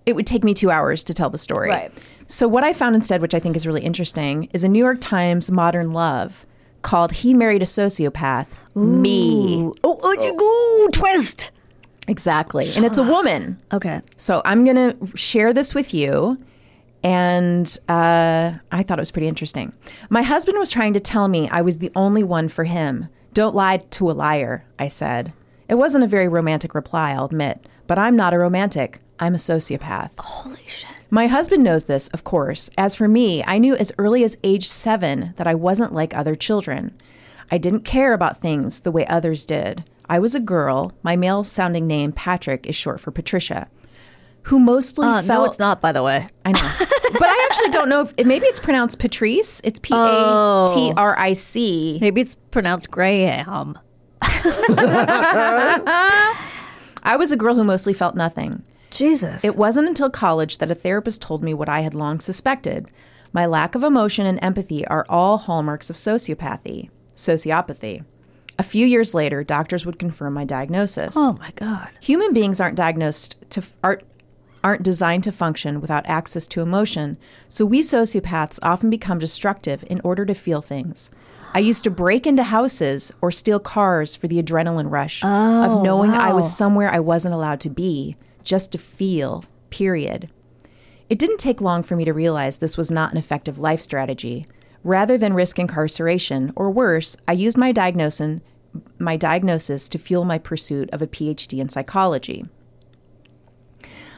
it would take me two hours to tell the story.
Right.
So what I found instead, which I think is really interesting, is a New York Times Modern Love called "He Married a Sociopath." Me
Oh, oh, you go twist.
exactly, and it's a woman.
Okay.
So I'm going to share this with you. And uh, I thought it was pretty interesting. My husband was trying to tell me I was the only one for him. Don't lie to a liar, I said. It wasn't a very romantic reply, I'll admit, but I'm not a romantic. I'm a sociopath. Holy shit. My husband knows this, of course. As for me, I knew as early as age seven that I wasn't like other children. I didn't care about things the way others did. I was a girl. My male sounding name, Patrick, is short for Patricia, who mostly
Uh,
felt.
no, it's not. By the way,
I know. but I actually don't know if maybe it's pronounced Patrice. It's P A T R I C.
maybe it's pronounced Graham.
I was a girl who mostly felt nothing.
Jesus.
It wasn't until college that a therapist told me what I had long suspected. My lack of emotion and empathy are all hallmarks of sociopathy, sociopathy. A few years later, doctors would confirm my diagnosis.
oh my god.
Human beings aren't diagnosed to aren't aren't designed to function without access to emotion. So we sociopaths often become destructive in order to feel things. I used to break into houses or steal cars for the adrenaline rush of knowing I was somewhere I wasn't allowed to be, just to feel. Period. It didn't take long for me to realize this was not an effective life strategy. Rather than risk incarceration, or worse, I used my diagnosis, my diagnosis to fuel my pursuit of a PhD in psychology.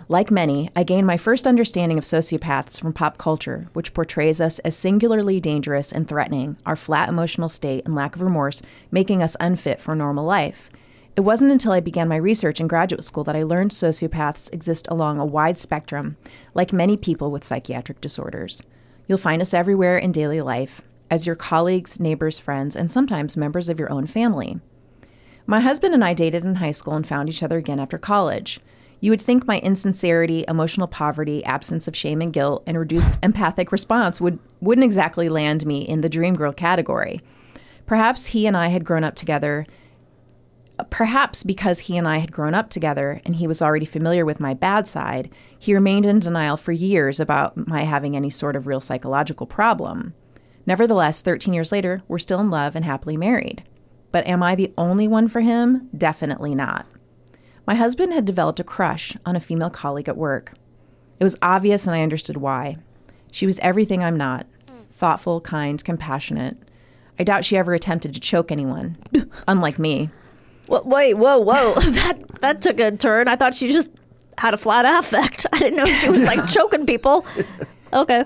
Like many, I gained my first understanding of sociopaths from pop culture, which portrays us as singularly dangerous and threatening, our flat emotional state and lack of remorse making us unfit for normal life. It wasn't until I began my research in graduate school that I learned sociopaths exist along a wide spectrum, like many people with psychiatric disorders. You'll find us everywhere in daily life, as your colleagues, neighbors, friends, and sometimes members of your own family. My husband and I dated in high school and found each other again after college. You would think my insincerity, emotional poverty, absence of shame and guilt, and reduced empathic response would, wouldn't exactly land me in the dream girl category. Perhaps he and I had grown up together, perhaps because he and I had grown up together and he was already familiar with my bad side, he remained in denial for years about my having any sort of real psychological problem. Nevertheless, 13 years later, we're still in love and happily married. But am I the only one for him? Definitely not. My husband had developed a crush on a female colleague at work. It was obvious and I understood why. She was everything I'm not thoughtful, kind, compassionate. I doubt she ever attempted to choke anyone, unlike me.
Wha- Wait, whoa, whoa. that that took a turn. I thought she just had a flat affect. I didn't know she was like choking people. Okay.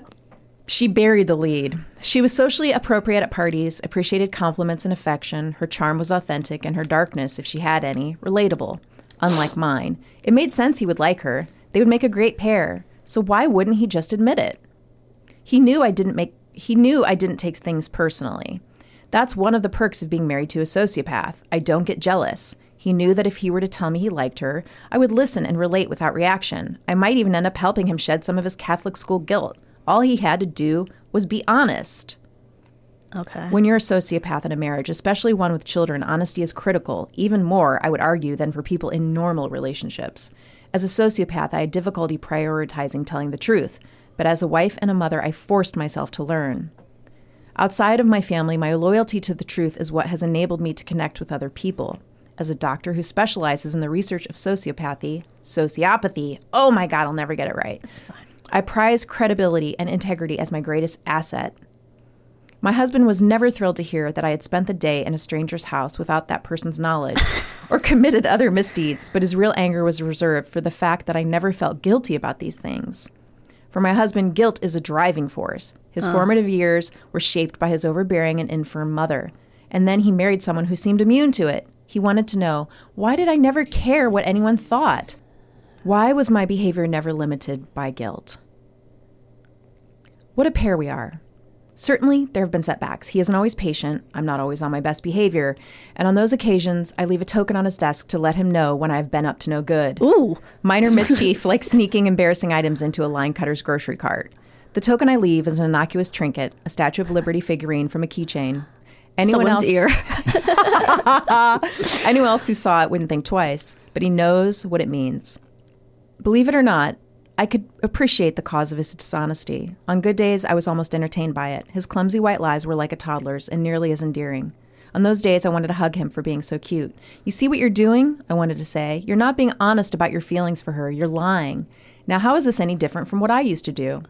She buried the lead. She was socially appropriate at parties, appreciated compliments and affection. Her charm was authentic, and her darkness, if she had any, relatable, unlike mine. It made sense he would like her. They would make a great pair. So why wouldn't he just admit it? He knew I didn't make he knew I didn't take things personally. That's one of the perks of being married to a sociopath. I don't get jealous. He knew that if he were to tell me he liked her, I would listen and relate without reaction. I might even end up helping him shed some of his Catholic school guilt. All he had to do was be honest.
Okay.
When you're a sociopath in a marriage, especially one with children, honesty is critical, even more, I would argue, than for people in normal relationships. As a sociopath, I had difficulty prioritizing telling the truth, but as a wife and a mother, I forced myself to learn. Outside of my family, my loyalty to the truth is what has enabled me to connect with other people. As a doctor who specializes in the research of sociopathy, sociopathy, oh my God, I'll never get it right. It's fine. I prize credibility and integrity as my greatest asset. My husband was never thrilled to hear that I had spent the day in a stranger's house without that person's knowledge or committed other misdeeds, but his real anger was reserved for the fact that I never felt guilty about these things. For my husband, guilt is a driving force. His formative years were shaped by his overbearing and infirm mother. And then he married someone who seemed immune to it. He wanted to know why did I never care what anyone thought? Why was my behavior never limited by guilt? What a pair we are. Certainly, there have been setbacks. He isn't always patient. I'm not always on my best behavior. And on those occasions, I leave a token on his desk to let him know when I've been up to no good. Ooh. Minor mischief, like sneaking embarrassing items into a line cutter's grocery cart. The token I leave is an innocuous trinket, a Statue of Liberty figurine from a keychain. Anyone
Someone's
else,
ear.
anyone else who saw it wouldn't think twice, but he knows what it means. Believe it or not, I could appreciate the cause of his dishonesty. On good days, I was almost entertained by it. His clumsy white lies were like a toddler's and nearly as endearing. On those days, I wanted to hug him for being so cute. You see what you're doing? I wanted to say. You're not being honest about your feelings for her. You're lying. Now, how is this any different from what I used to do?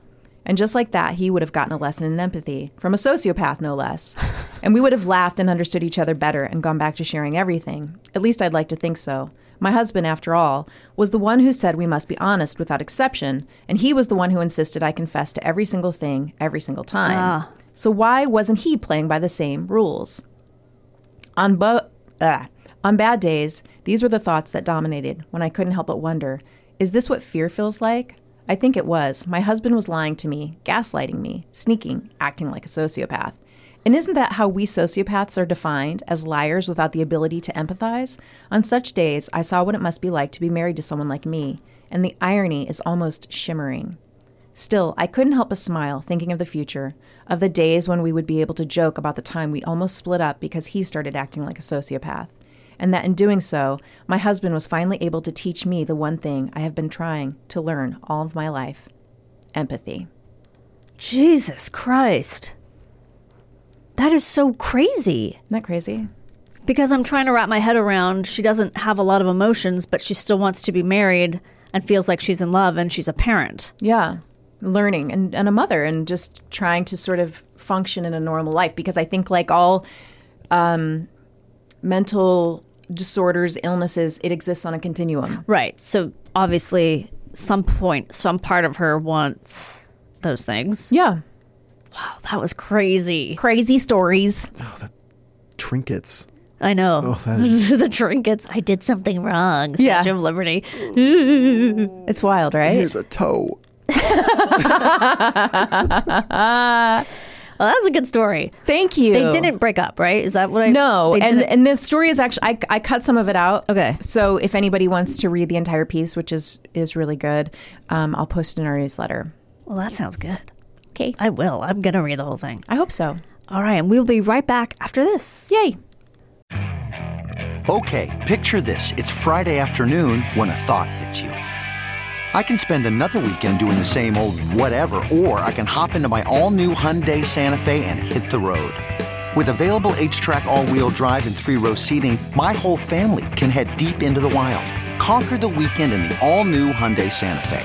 And just like that, he would have gotten a lesson in empathy from a sociopath, no less. and we would have laughed and understood each other better and gone back to sharing everything. At least I'd like to think so. My husband, after all, was the one who said we must be honest without exception, and he was the one who insisted I confess to every single thing every single time. So why wasn't he playing by the same rules? On, bo- ah. on bad days, these were the thoughts that dominated when I couldn't help but wonder is this what fear feels like? I think it was. My husband was lying to me, gaslighting me, sneaking, acting like a sociopath. And isn't that how we sociopaths are defined as liars without the ability to empathize? On such days, I saw what it must be like to be married to someone like me, and the irony is almost shimmering. Still, I couldn't help but smile, thinking of the future, of the days when we would be able to joke about the time we almost split up because he started acting like a sociopath, and that in doing so, my husband was finally able to teach me the one thing I have been trying to learn all of my life empathy.
Jesus Christ. That is so crazy.
Isn't that crazy?
because I'm trying to wrap my head around she doesn't have a lot of emotions, but she still wants to be married and feels like she's in love and she's a parent.
Yeah. Learning and, and a mother and just trying to sort of function in a normal life because I think, like all um, mental disorders, illnesses, it exists on a continuum.
Right. So obviously, some point, some part of her wants those things.
Yeah.
Oh, that was crazy.
Crazy stories.
Trinkets. Oh,
I know.
that
the trinkets. I did something wrong. Statue
Yeah.
of Liberty.
It's wild, right?
Here's a toe.
Well, that was a good story.
Thank you.
They didn't break up, right? Is that what I?
No,
They
and
didn't-
and this story is actually I, I cut some of it out.
Okay.
So if anybody wants to read the entire piece, which is is really good, um, I'll post it in our newsletter.
well, that sounds good.
Okay.
I will. I'm gonna read the whole thing.
I hope so.
All right, and we'll be right back after this.
Yay.
Okay, picture this. It's Friday afternoon when a thought hits you. I can spend another weekend doing the same old whatever, or I can hop into my all new Hyundai Santa Fe and hit the road. With available H track, all wheel drive, and three row seating, my whole family can head deep into the wild. Conquer the weekend in the all new Hyundai Santa Fe.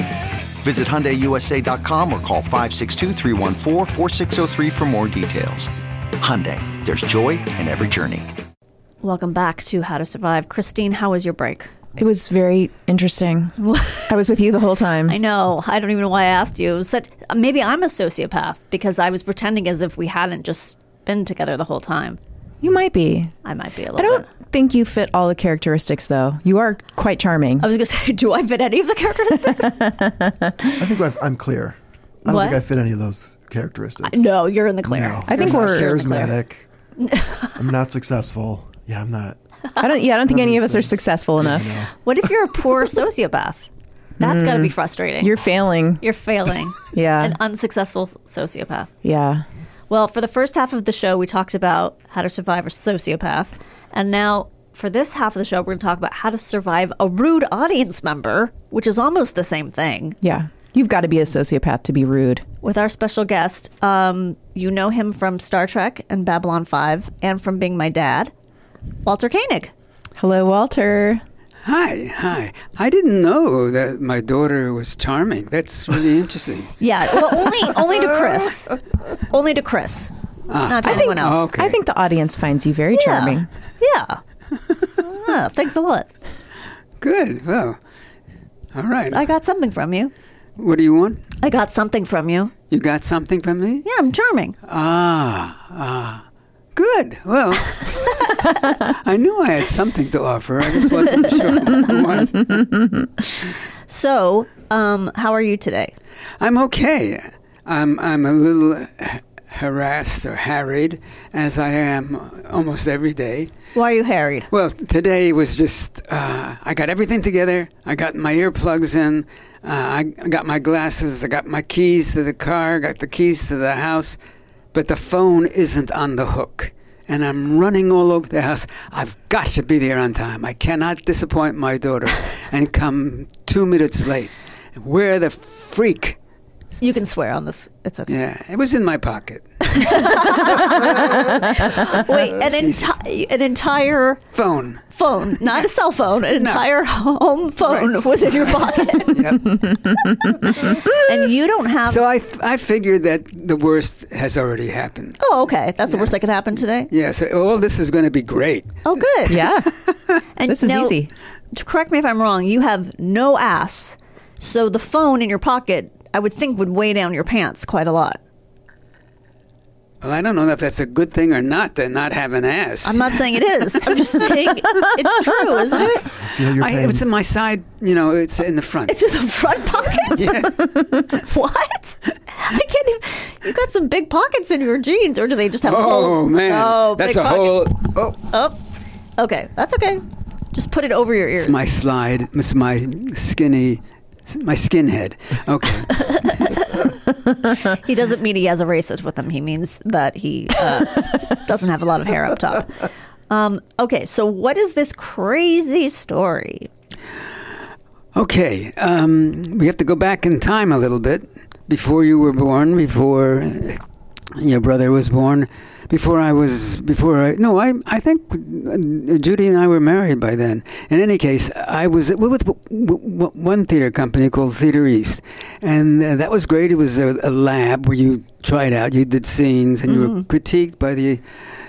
Visit HyundaiUSA.com or call 562 314 4603 for more details. Hyundai, there's joy in every journey.
Welcome back to How to Survive. Christine, how was your break?
It was very interesting. I was with you the whole time.
I know. I don't even know why I asked you. It was that- maybe I'm a sociopath because I was pretending as if we hadn't just been together the whole time.
You might be.
I might be a little
I don't
bit.
think you fit all the characteristics though. You are quite charming.
I was going to say, do I fit any of the characteristics?
I think I've, I'm clear. I don't
What?
think I fit any of those characteristics.
no, you're in the clear.
I think
I'm
we're
not
You're in the clear.
charismatic. I'm not successful. Yeah, I'm not.
I don't yeah, I don't think any of us are
sense.
successful enough.
What if you're a poor sociopath? That's got to be frustrating.
Mm. You're failing.
You're failing.
Yeah.
An unsuccessful s- sociopath.
Yeah.
Well, for the first half of the show, we talked about how to survive a sociopath. And now, for this half of the show, we're going to talk about how to survive a rude audience member, which is almost the same thing.
Yeah. You've got to be a sociopath to be rude.
with our special guest. Um, you know him from Star Trek and Babylon 5 and from being my dad, Walter Koenig.
Hello, Walter.
Hi, hi. I didn't know that my daughter was charming. That's really interesting.
Yeah, well, only only to Chris. Only to Chris. Not to anyone else.
Okay.
I think the audience finds you very
Yeah.
charming.
Yeah. Yeah, thanks a lot.
Good. Well, all right.
I got something from you.
what do you want?
I got something from you.
You got something from me?
Yeah, I'm charming.
Ah, ah. Good. Well, I knew I had something to offer. I just wasn't sure what it was.
So, um, how are you today?
I'm okay. I'm I'm a little h- harassed or harried as I am almost every day.
Why are you harried?
Well, today was just uh, I got everything together. I got my earplugs in. Uh, I I got my glasses. I got my keys to the car. I got the keys to the house, but the phone isn't on the hook. And I'm running all over the house. I've got to be there on time. I cannot disappoint my daughter and come two minutes late. Where the freak
You can swear on this. It's okay.
yeah, it was in my pocket.
Wait, an, enti- an entire
Phone.
phone, not a cell phone, an entire home phone was in your pocket. and you don't have.
So I, I figured that the worst has already happened.
oh, okay. That's the worst that could happen today.
Yeah, so all this is going to be great.
Oh, good.
Yeah.
And
This is
now,
easy.
t- Correct me if I'm wrong. You have no ass, so the phone in your pocket, I would think, would weigh down your pants quite a lot.
Well, I don't know if that's a good thing or not to not have an ass.
I'm not saying it is. I'm just saying it's true, isn't it?
Feel your
I,
pain.
it's in my side, you know, it's in the front.
It's in the front pocket.
yeah.
What? I can't even. You got some big pockets in your jeans, or do they just have
Oh,
holes?
man.
Oh,
that's a
big
whole. Oh,
Oh, okay. That's okay. Just put it over your ears.
it's my slide. It's my skinny, my skinhead. Okay.
He doesn't mean he has a racist with him. He means that he uh, doesn't have a lot of hair up top. Um, okay, so what is this crazy story?
Okay, um, we have to go back in time a little bit. Before you were born, before your brother was born, before I was, before I, no, I, I think uh, Judy and I were married by then. In any case, I was with w- w- one theater company called Theater East, and uh, that was great. It was a, a lab where you tried out, you did scenes, and you were critiqued by the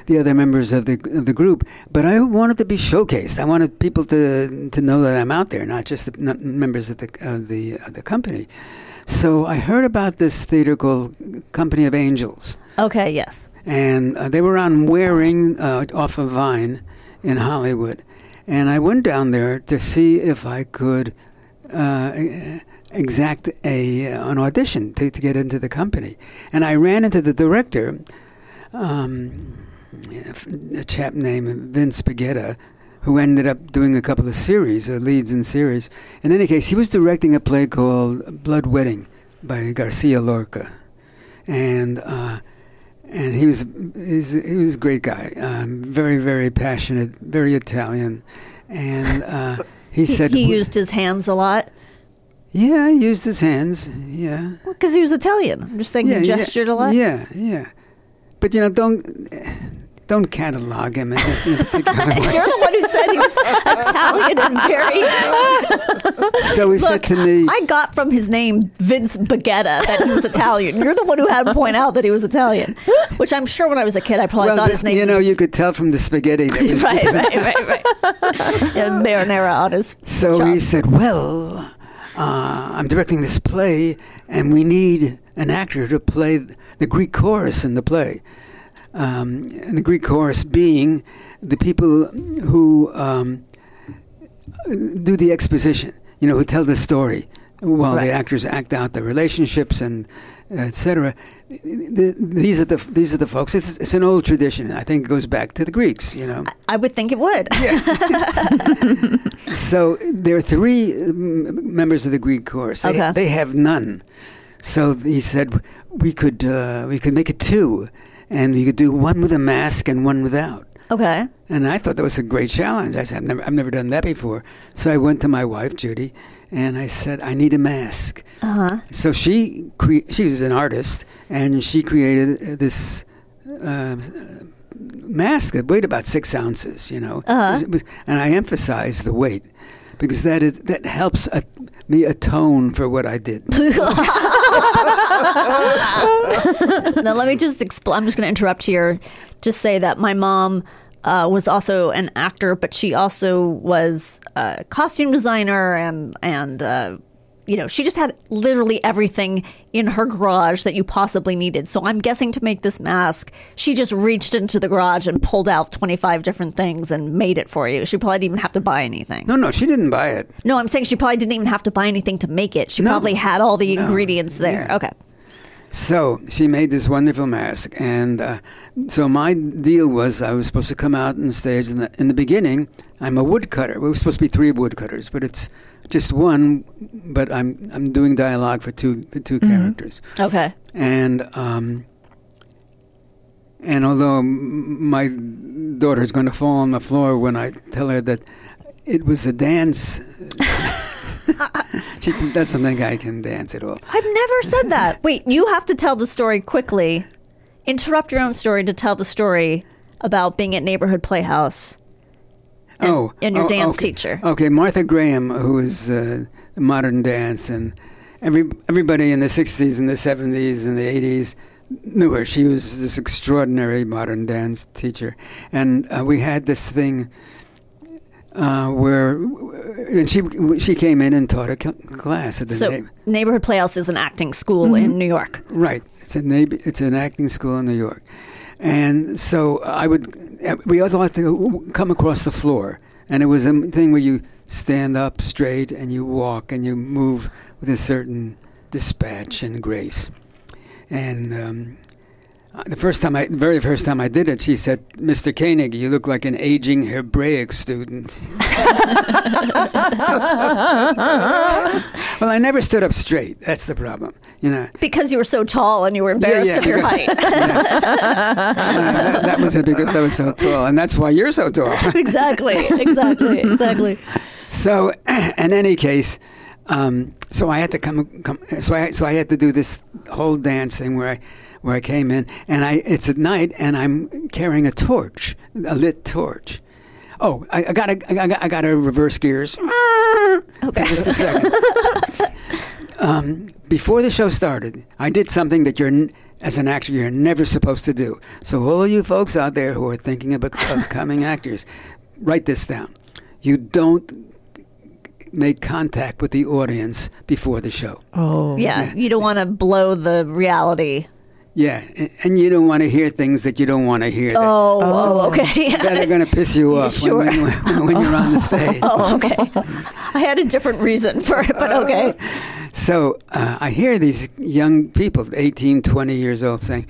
the other members of the of the group. But I wanted to be showcased. I wanted people to to know that I'm out there, not just the not members of the of the of the company. So I heard about this theater called Company of Angels,
Okay, yes.
and uh, they were on Waring uh, off of Vine in Hollywood, and I went down there to see if I could. Uh, exact a uh, an audition to, to get into the company and i ran into the director um, a chap named Vince Spagetta, who ended up doing a couple of series, uh, leads in series. In any case, he was directing a play called Blood Wedding by Garcia Lorca, and uh, and he was he's, he was a great guy, um, very very passionate, very Italian, and uh, he,
He,
said
he used his hands a lot
yeah, he used his hands, yeah.
because he was Italian. I'm just saying he gestured
yeah,
a lot.
Yeah, yeah. But you know, don't don't catalog him in a, in a particular way.
You're the one who said he was Italian and very.
So he said
Look,
to me,
I got from his name Vince Baguetta that he was Italian. You're the one who had to point out that he was Italian, which I'm sure when I was a kid I probably thought
the-
his name.
You know,
was,
you could tell from the spaghetti. That was
right, right, right, right. yeah, marinara on his.
So
chop.
he said, "Well, uh, I'm directing this play, and we need an actor to play the Greek chorus in the play. Um, and the Greek chorus being the people who um, do the exposition. You know, who tell the story while the actors act out the relationships and etc. The, these are the these are the folks. It's, it's an old tradition. I think it goes back to the Greeks. You know."
I would think it would.
So there are three um, members of the Greek chorus. They,
Okay.
they have none. So he said we could uh, we could make it two, and we could do one with a mask and one without.
Okay.
And I thought that was a great challenge. I said, I've never, I've never done that before. So I went to my wife, Judy, and I said, I need a mask. Uh-huh. So she cre- she was an artist, and she created this uh, mask that weighed about six ounces. You know, It was- and I emphasized the weight because that is that helps a, me atone for what I did.
now let me just expl- i'm just going to interrupt here just say that my mom uh, was also an actor but she also was a costume designer and and uh, you know she just had literally everything in her garage that you possibly needed so i'm guessing to make this mask she just reached into the garage and pulled out 25 different things and made it for you she probably didn't even have to buy anything
no, no, she didn't buy it.
no i'm saying she probably didn't even have to buy anything to make it she
No.
probably had all the ingredients there
Yeah.
okay
So she made this wonderful mask, and uh, so my deal was I was supposed to come out on stage. In the, in the beginning, I'm a woodcutter. We were supposed to be three woodcutters, but it's just one. But I'm I'm doing dialogue for two for 2 characters,
okay
and um, and although m- my daughter's going to fall on the floor when I tell her that it was a dance. She doesn't think I can dance at all.
I've never said that. Wait, you have to tell the story quickly. Interrupt your own story to tell the story about being at Neighborhood Playhouse.
oh,
and your
oh,
dance
okay.
teacher.
Okay, Martha Graham, who is uh, modern dance, and every everybody in the '60s and the '70s and the '80s knew her. She was this extraordinary modern dance teacher, and uh, we had this thing uh, where, and she she came in and taught a cl- class at the
So,
Neighbor-
Neighborhood Playhouse is an acting school in New York.
Right. It's a neighbor, it's an acting school in New York, and so I would we all thought to come across the floor, and it was a thing where you stand up straight and you walk and you move with a certain dispatch and grace, and. Um, the first time I, the very first time I did it, she said, "Mr. Koenig, you look like an aging Hebraic student." well, I never stood up straight. That's the problem, you know.
Because you were so tall and you were embarrassed
yeah,
of your
because-
height.
Uh, that, that was it because I was so tall, and that's why you're so tall.
exactly. Exactly. Exactly.
So, in any case, um, so I had to come, come so I so I had to do this whole dance thing where I where I came in, and I it's at night, and I'm carrying a torch, a lit torch. Oh, I, I gotta I gotta, I gotta reverse gears. Okay, just a second. Um, before the show started, I did something that you're, n- as an actor, you're never supposed to do. So, all you folks out there who are thinking of bec- of becoming actors, write this down. You don't make contact with the audience before the show.
Oh, Yeah. You don't want to blow the reality.
Yeah, a- and you don't want to hear things that you don't want to hear. that-
Oh, oh, okay.
that are going to piss you off when-
Sure.
when, when, when you're on the stage.
oh, okay. I had a different reason for it, but okay.
So uh, I hear these young people, 18, 20 years old, saying,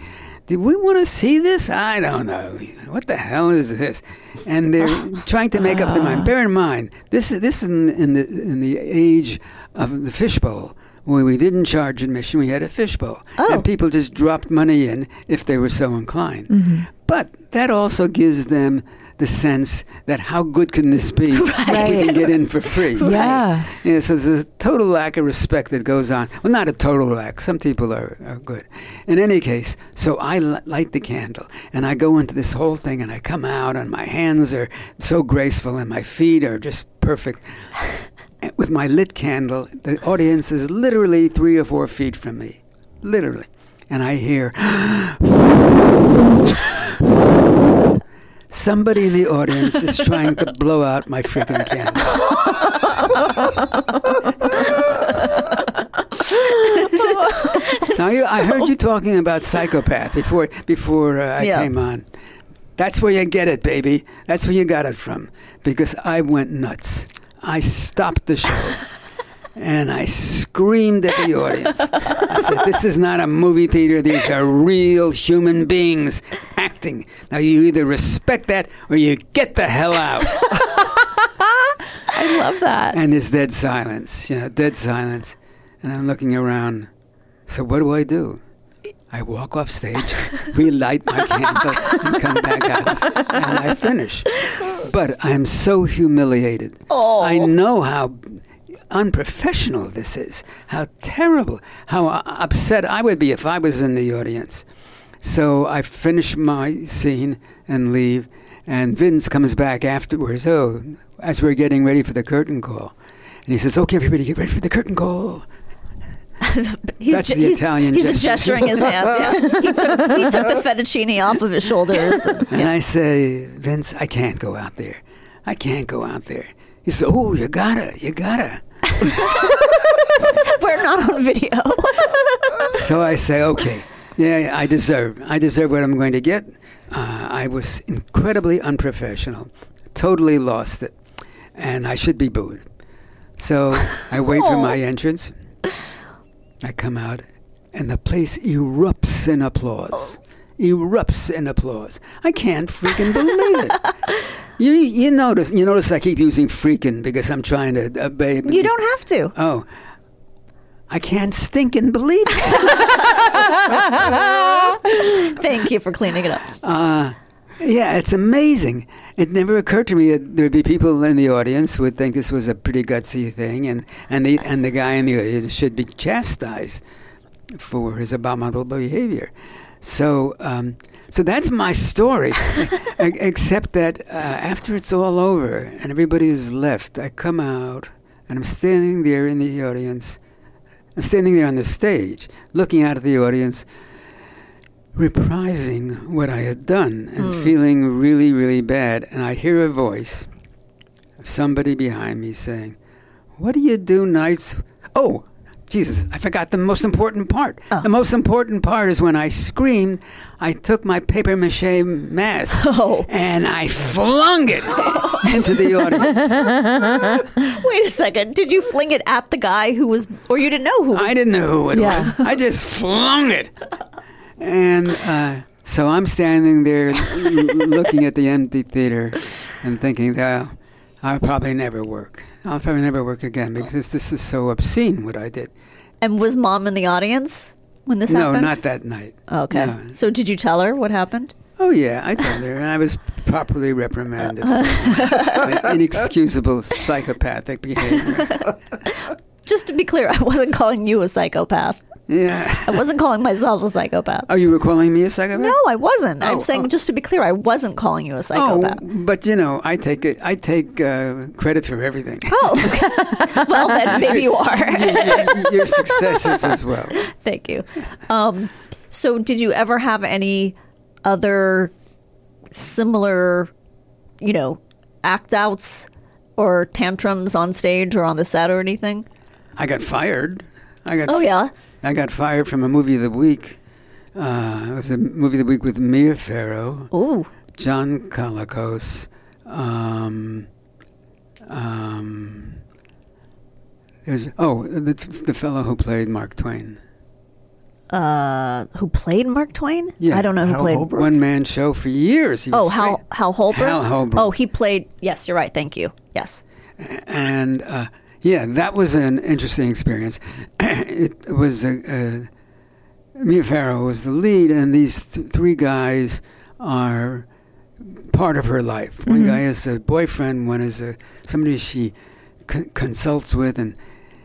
Did we want to see this? I don't know. What the hell is this? And they're trying to make up their mind. Bear in mind, this is, this is in, in, the, in the age of the fishbowl. Where we didn't charge admission, we had a fishbowl. And people just dropped money in if they were so inclined. But that also gives them the sense that how good can this be? We can get in for free.
Yeah.
Yeah, so there's a total lack of respect that goes on. Well, not a total lack. Some people are, are good. In any case, so I li- light the candle and I go into this whole thing and I come out and my hands are so graceful and my feet are just perfect. And With my lit candle, the audience is literally three or four feet from me. Literally. And I hear somebody in the audience is trying to blow out my freaking candle. Now you, I heard you talking about psychopath before before uh, I
Yeah.
came on. That's where you get it, baby. That's where you got it from. Because I went nuts. I stopped the show. And I screamed at the audience. I said, This is not a movie theater. These are real human beings acting. Now, you either respect that or you get the hell out.
I love that.
And there's dead silence, you know, dead silence. And I'm looking around. So what do I do? I walk off stage, relight my candle, and come back out, and I finish. But I'm so humiliated. I know how unprofessional this is, how terrible, how u- upset I would be if I was in the audience. So I finish my scene and leave, and Vince comes back afterwards, oh, as we're getting ready for the curtain call. And he says, okay, everybody, get ready for the curtain call.
He's
That's the
he's-
Italian
He's,
gesture.
gesturing his hand. Yeah. he, took, he took the fettuccine off of his shoulders.
And I say, Vince, I can't go out there. I can't go out there. He says, oh, you gotta, you gotta.
We're not on video.
So I say, okay, yeah, I deserve. I deserve what I'm going to get. Uh, I was incredibly unprofessional, totally lost it, and I should be booed. So I wait for
Oh.
my entrance. I come out, and the place erupts in applause.
Oh.
Erupts in applause. I can't freaking believe it. You, you notice you notice I keep using freaking because I'm trying to obey.
you don't have to.
Oh, I can't stink and believe it.
Thank you for cleaning it up.
Yeah, it's amazing. It never occurred to me that there'd be people in the audience who would think this was a pretty gutsy thing, and, and, the, and the guy in the audience should be chastised for his abominable behavior. So, um, so that's my story, E- except that uh, after it's all over and everybody is left, I come out and I'm standing there in the audience. I'm standing there on the stage, looking out at the audience, reprising what I had done and feeling really, really bad. And I hear a voice of somebody behind me saying, What do you do nights? Oh, Jesus, I forgot the most important part. The most important part is when I screamed, I took my paper mache mask and I flung it into the audience.
Wait a second. Did you fling it at the guy who was, or you didn't know who was?
I didn't know who it was. I just flung it. And uh, so I'm standing there l- looking at the empty theater and thinking, oh, I'll probably never work. I'll probably never work again because this is so obscene what I did.
and was mom in the audience when this
no,
happened? Oh,
not that night.
Okay.
No.
So did you tell her what happened?
Oh, yeah, I told her. And I was properly reprimanded for the inexcusable psychopathic behavior.
Just to be clear, I wasn't calling you a psychopath.
Yeah.
I wasn't calling myself a psychopath.
Oh, you were calling me a psychopath?
No, I wasn't. I'm
Oh,
saying
oh.
just to be clear, I wasn't calling you a psychopath.
Oh, but you know, I take it. I take uh, credit for everything.
Oh, well then maybe you are.
Your successes as well.
Thank you. Um, so, did you ever have any other similar, you know, act outs or tantrums on stage or on the set or anything?
I got fired. I got.
Oh yeah.
I got fired from a movie of the week. Uh, it was a movie of the week with Mia Farrow,
Ooh.
John Colicos. Um, um, there's oh the, the fellow who played Mark Twain.
Uh, who played Mark Twain?
Yeah,
I don't know who
Hal
played.
Holbrook?
One man show for years. He was
Oh, Hal
fa-
Hal Holbrook.
Hal Holbrook.
Oh, he played. Yes, you're right. Thank you. Yes.
and uh, yeah, that was an interesting experience. it was a, a, Mia Farrow was the lead, and these th- three guys are part of her life. One guy is a boyfriend, one is a somebody she con- consults with, and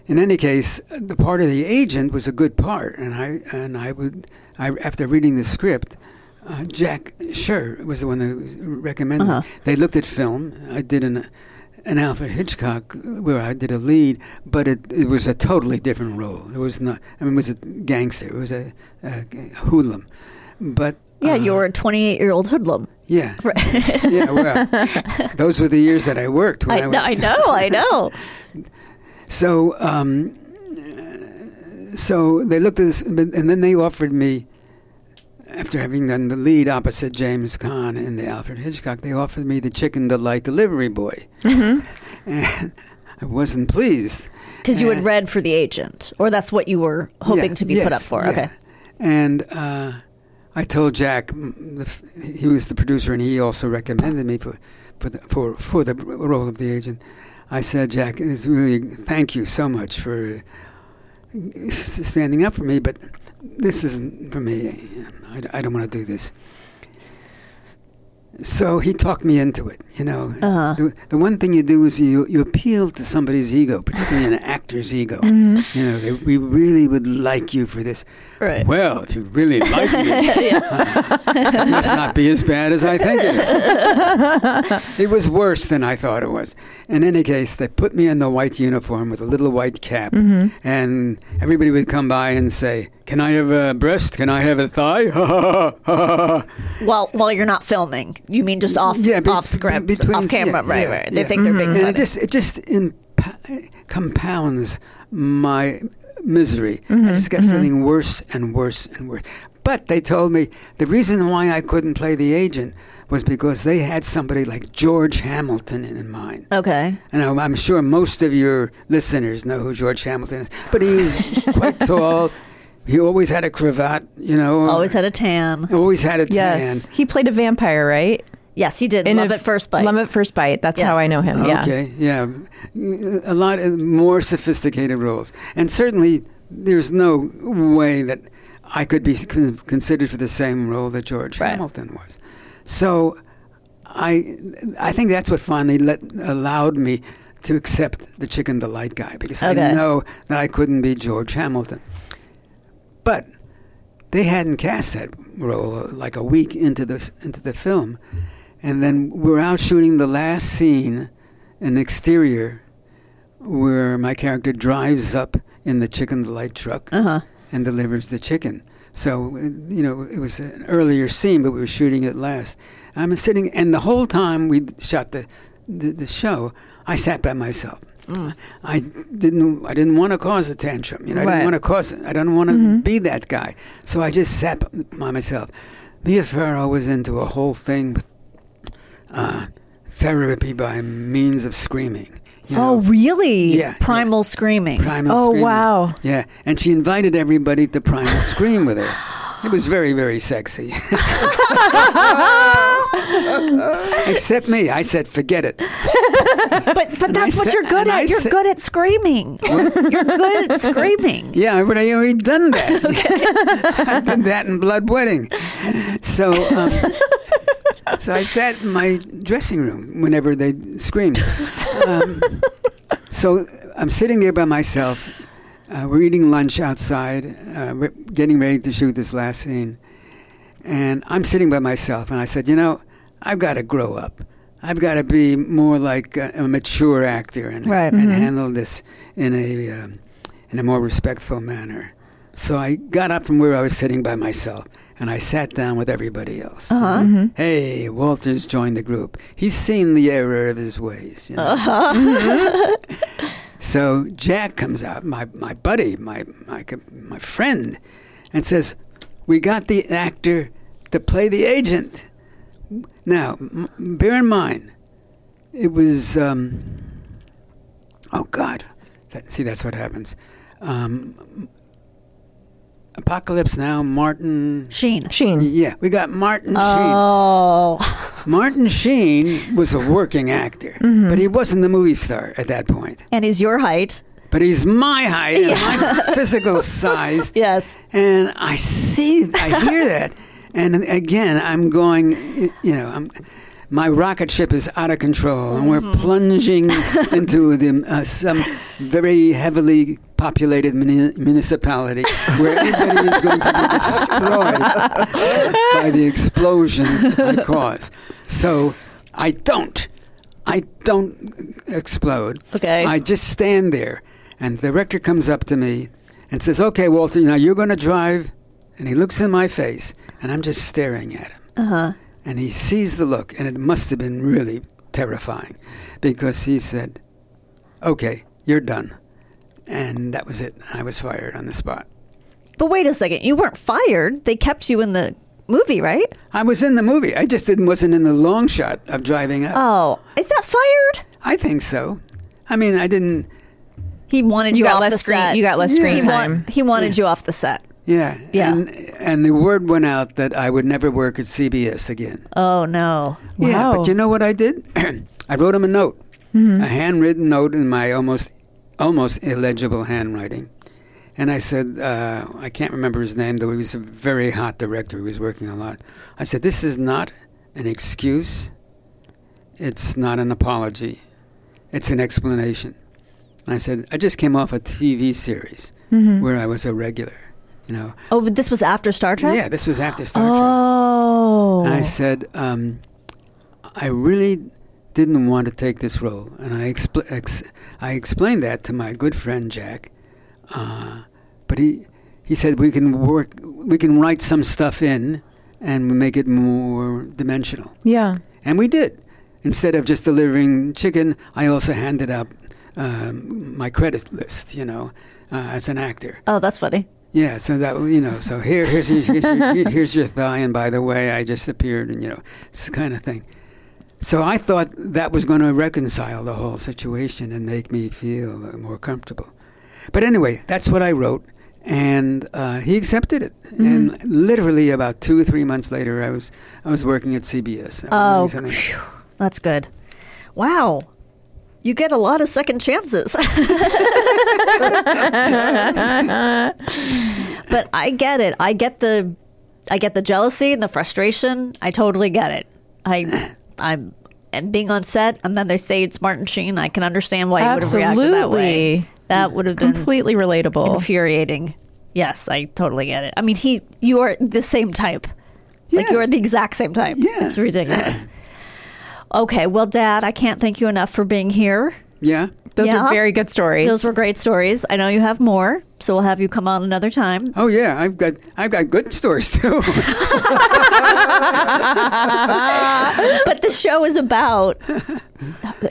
in any case, the part of the agent was a good part, and I and I would I after reading the script. Uh, Jack Sure was the one that recommended. They looked at film. I did an an Alfred Hitchcock where I did a lead, but it, it was a totally different role. It was not. I mean, it was a gangster. It was a, a hoodlum, but
Yeah, you were a 28 year old hoodlum.
yeah. yeah, well, those were the years that I worked. When I,
I,
was,
know, I know. I know.
So, um, so they looked at this, and then they offered me, after having done the lead opposite James Caan in the Alfred Hitchcock, they offered me the Chicken Delight Delivery Boy.
Mm-hmm.
And I wasn't pleased.
Because you had
Uh,
read for the agent, or that's what you were hoping
Yeah,
to be put up
yes,
for.
yeah.
Okay.
And uh, I told Jack, mm, the f- he was the producer, and he also recommended me for for the, for, for the role of the agent. I said, Jack, it's really thank you so much for s- standing up for me, but this isn't for me. I, I don't want to do this. So he talked me into it. You know, the, the one thing you do is you, you appeal to somebody's ego, particularly an actor's ego. You know, they, we really would like you for this.
Right.
Well, if you really like me, it must not be as bad as I think it is. it was worse than I thought it was. In any case, they put me in the white uniform with a little white cap, and everybody would come by and say, "Can I have a breast? Can I have a thigh?"
Well, while you're not filming, you mean just off
Yeah, be-
off script,
be- between-
off camera,
yeah,
right?
yeah,
right. They
yeah. Mm-hmm.
think they're big.
And
funny.
it just it just imp- compounds my misery. I just got feeling worse and worse and worse. But they told me the reason why I couldn't play the agent was because they had somebody like George Hamilton in mind.
okay.
And I'm, I'm sure most of your listeners know who George Hamilton is, but he's quite tall. He always had a cravat, you know.
Always had a tan.
always had a tan.
Yes, he played a vampire, right?
Yes, he did.
In
Love
a-
at first bite.
Love at first bite. That's
Yes.
how I know him. Yeah.
Okay, yeah. A lot of more sophisticated roles. And certainly, there's no way that I could be con- considered for the same role that George
Right.
Hamilton was. So I, I think that's what finally let, allowed me to accept the Chicken Delight guy because I
Okay.
know that I couldn't be George Hamilton. But they hadn't cast that role uh, like a week into this into the film, and then we're out shooting the last scene, an exterior, where my character drives up in the chicken delight truck and delivers the chicken. So uh, you know it was an earlier scene, but we were shooting it last. I'm sitting, and the whole time we shot the the, the show, I sat by myself. I didn't. I didn't want to cause a tantrum. You know, I
Right.
didn't want to cause it. I don't want to be that guy. So I just sat by myself. Mia Farrow was into a whole thing with uh, therapy by means of screaming. you
oh,
know,
really?
Yeah,
Primal screaming.
primal
Oh,
screaming.
wow.
Yeah, and she invited everybody to primal scream with her. It was very, very sexy. Except me. I said, forget it.
but but
And I
that's what
said-
you're good
and I
at. You're
said-
good at screaming. you're good at screaming.
Yeah, but I already done that. I did that in Blood Wedding. So, um, so I sat in my dressing room whenever they screamed. Um, so I'm sitting there by myself. Uh, we're eating lunch outside, uh, re- getting ready to shoot this last scene. And I'm sitting by myself, and I said, you know, I've got to grow up. I've got to be more like a, a mature actor and,
Right.
and handle this in a um, in a more respectful manner. So I got up from where I was sitting by myself, and I sat down with everybody else. Uh-huh. Hey, Walter's joined the group. He's seen the error of his ways. You know? So Jack comes out, my, my buddy, my, my, co- my friend, and says, We got the actor to play the agent. Now, m- bear in mind, it was, um, oh God, that, see, that's what happens. Um, Apocalypse Now, Martin.
Sheen.
Sheen.
Yeah, we got Martin Sheen.
Oh,
Martin Sheen was a working actor, but he wasn't the movie star at that point.
and he's your height.
But he's my height and my physical size.
Yes.
And I see, I hear that. And again, I'm going, you know, I'm, my rocket ship is out of control and we're plunging into the, uh, some very heavily populated muni- municipality where everybody is going to be destroyed by the explosion I cause. So I don't. I don't explode.
Okay.
I just stand there, and the director comes up to me and says, "Okay, Walter, now you're going to drive." And he looks in my face, and I'm just staring at him. Uh
Uh-huh.
huh. And he sees the look, and it must have been really terrifying, because he said, "Okay, you're done," and that was it. I was fired on the spot.
But wait a second. You weren't fired. They kept you in the movie, right?
I was in the movie. I just didn't wasn't in the long shot of driving up.
Oh, is that fired?
I think so. I mean, I didn't.
He wanted you,
You got
off
less
the
screen-
set.
you got less
He
screen
want-
time.
he wanted you off the set.
Yeah.
Yeah.
And, and the word went out that I would never work at CBS again.
Oh no.
Yeah,
Wow.
but you know what I did? I wrote him a note,
Mm-hmm.
a handwritten note in my almost almost illegible handwriting. And I said, uh, I can't remember his name, though he was a very hot director. He was working a lot. I said, This is not an excuse. It's not an apology. It's an explanation. And I said, I just came off a TV series
Mm-hmm.
where I was a regular. You know,
Oh, but this was after Star Trek?
yeah, this was after Star Trek.
Oh.
And I said, um, I really didn't want to take this role. And I, expl- ex- I explained that to my good friend Jack. Uh, but he, he said, we can work, we can write some stuff in and make it more dimensional.
Yeah.
And we did. Instead of just delivering chicken, I also handed out um, my credit list, you know, uh, as an actor.
Oh, that's funny.
Yeah, so that you know, so here, here's your, here's your, here's your thigh, and by the way, I just appeared, and you know, it's the kind of thing. So I thought that was going to reconcile the whole situation and make me feel more comfortable. But anyway, that's what I wrote, and uh, he accepted it.
Mm-hmm.
And literally about two or three months later, I was I was working at CBS. I was
Oh,
doing something-
phew. that's good. Wow. You get a lot of second chances. but I get it. I get the I get the jealousy and the frustration. I totally get it. I I'm and being on set and then they say it's Martin Sheen, I can understand why you would have reacted that way.
Absolutely.
That would have been
Completely relatable.
infuriating. Yes, I totally get it. I mean, he, you are the same type. Like you are the exact same type.
Yeah.
It's ridiculous. okay, well, Dad, I can't thank you enough for being here.
Yeah,
Those
Yeah.
are very good stories.
Those were great stories. I know you have more, so we'll have you come on another time.
oh yeah, I've got I've got good stories too.
But the show is about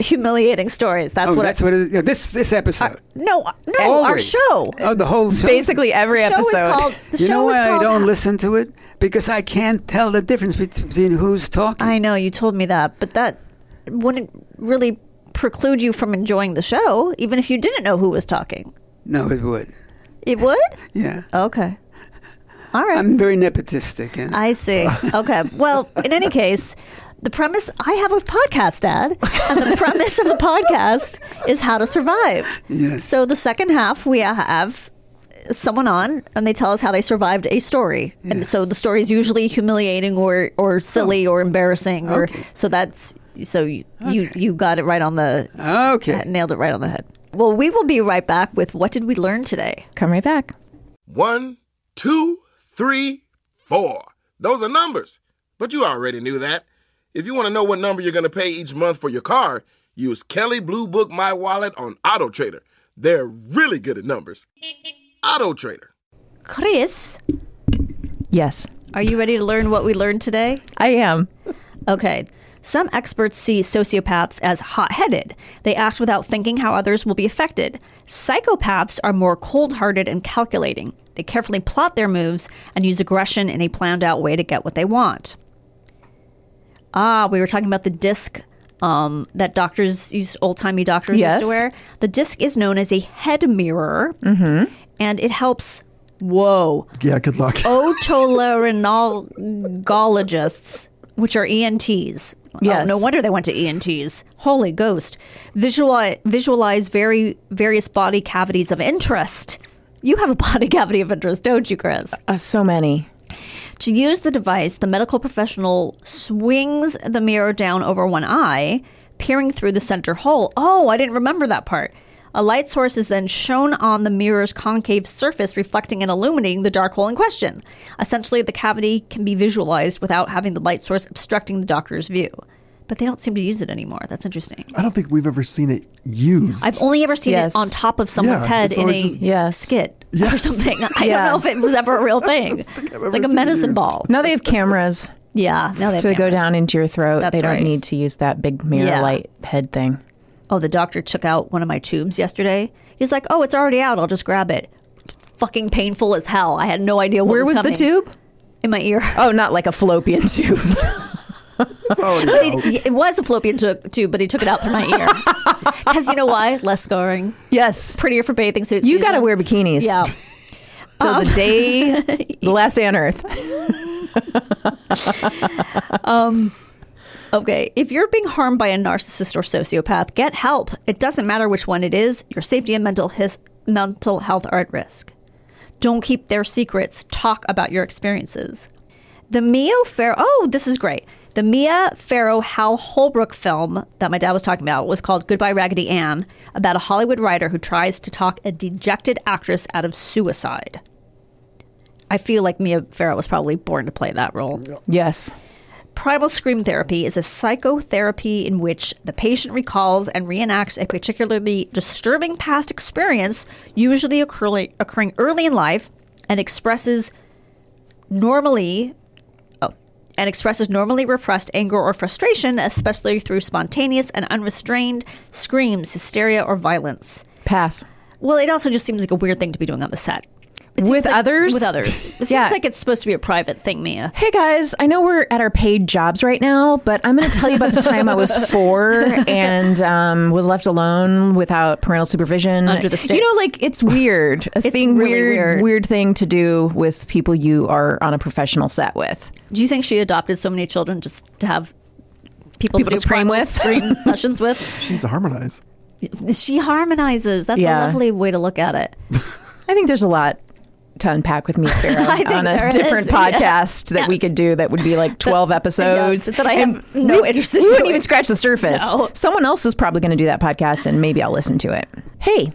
humiliating stories. That's
oh,
what.
that's
I,
what it is. Yeah, this this episode.
no, no, our
Always.
show.
Oh, the whole show.
basically every
The show is
episode.
called. The
you
show
know
is
why
called.
I don't listen to it? Because I can't tell the difference bet- between who's talking.
I know you told me that, but that wouldn't really preclude you from enjoying the show, even if you didn't know who was talking.
no, it would.
It would?
Yeah.
Okay. All right.
I'm very nepotistic. And
I see. Okay. Well, in any case, the premise I have a podcast ad, and the premise of the podcast is how to survive.
Yes.
So the second half, we have someone on, and they tell us how they survived a story. And so the story is usually humiliating or or silly or embarrassing, or
Oh. Okay.
so that's so you you, you got it right on the
okay.
nailed it right on the head. Well, we will be right back with what did we learn today.
Come right back.
One, two, three, four. Those are numbers. But you already knew that. If you want to know what number you're going to pay each month for your car, use Kelly Blue Book My Wallet on Auto Trader. They're really good at numbers. Auto Trader.
Chris,
Yes,
are you ready to learn what we learned today?
I am.
Okay. Some experts see sociopaths as hot headed. They act without thinking how others will be affected. Psychopaths are more cold hearted and calculating. They carefully plot their moves and use aggression in a planned out way to get what they want. Ah, we were talking about the disc um, that doctors use, old timey doctors used
Yes.
to wear. The disc is known as a head mirror, mm-hmm. and it helps. Whoa
Yeah, good luck.
Oh.
otolaryngologists, which are ENTs. Oh,
Yes.
no wonder they went to ENTs. Holy ghost. Visual, visualize very various body cavities of interest. You have a body cavity of interest, don't you, Chris?
Uh, so many.
To use the device, the medical professional swings the mirror down over one eye, peering through the center hole. Oh, I didn't remember that part. A light source is then shown on the mirror's concave surface, reflecting and illuminating the dark hole in question. Essentially, the cavity can be visualized without having the light source obstructing the doctor's view. But they don't seem to use it anymore. That's interesting.
I don't think we've ever seen it used.
I've only ever seen
Yes.
it on top of someone's
Yeah,
head
it's
in a
always just-
Yes.
skit or
Yes.
something. I don't
Yeah.
know if it was ever a real thing. It's like
ever
a
seen it
medicine
used.
ball.
Now they have cameras
Yeah, now they
to
have
go
cameras.
down into your throat.
That's
they don't
right.
need to use that big mirror
Yeah.
light head thing.
Oh, the doctor took out one of my tubes yesterday. He's like, "Oh, it's already out. I'll just grab it." Fucking painful as hell. I had no idea what
Where was the
coming.
tube?
in my ear.
Oh, not like a fallopian tube.
It's already
But
out.
it, it was a fallopian tu- tube, but he took it out through my ear. Because you know why? Less scarring,
yes.
prettier for bathing suits.
You
season.
got to wear bikinis
Yeah. Um,
till the day, the last day on earth.
Okay, if you're being harmed by a narcissist or sociopath, get help. It doesn't matter which one it is. Your safety and mental his- mental health are at risk. Don't keep their secrets. Talk about your experiences. The Mio Pharaoh. Oh, this is great. The Mia Farrow Hal Holbrook film that my dad was talking about was called Goodbye Raggedy Ann, about a Hollywood writer who tries to talk a dejected actress out of suicide. I feel like Mia Farrow was probably born to play that role.
Yes.
Primal Scream Therapy is a psychotherapy in which the patient recalls and reenacts a particularly disturbing past experience, usually occurring, occurring early in life, and expresses normally oh, and expresses normally repressed anger or frustration, especially through spontaneous and unrestrained screams, hysteria, or violence.
Pass.
Well, it also just seems like a weird thing to be doing on the set. It seems
With
like-
others?
With others. It
Yeah.
seems like it's supposed to be a private thing, Mia.
Hey guys, I know we're at our paid jobs right now, but I'm going to tell you about the time I was four and um, was left alone without parental supervision
Under the
You know, like it's weird. A
It's
thing
really
weird,
weird.
thing to do with people you are on a professional set with.
Do you think she adopted so many children just to have people,
People
do
to scream
primal
with?
scream sessions with?
She needs to harmonize.
She harmonizes. That's
Yeah.
a lovely way to look at it.
I think there's a lot to unpack with me Farrell,
I think
on
there
a
is,
different
yes,
podcast that we
yes.
could do that would be like 12 episodes
that I
and
have no
we,
interest in
we wouldn't
doing.
even scratch the surface
No.
someone else is probably going to do that podcast and maybe i'll listen to it hey do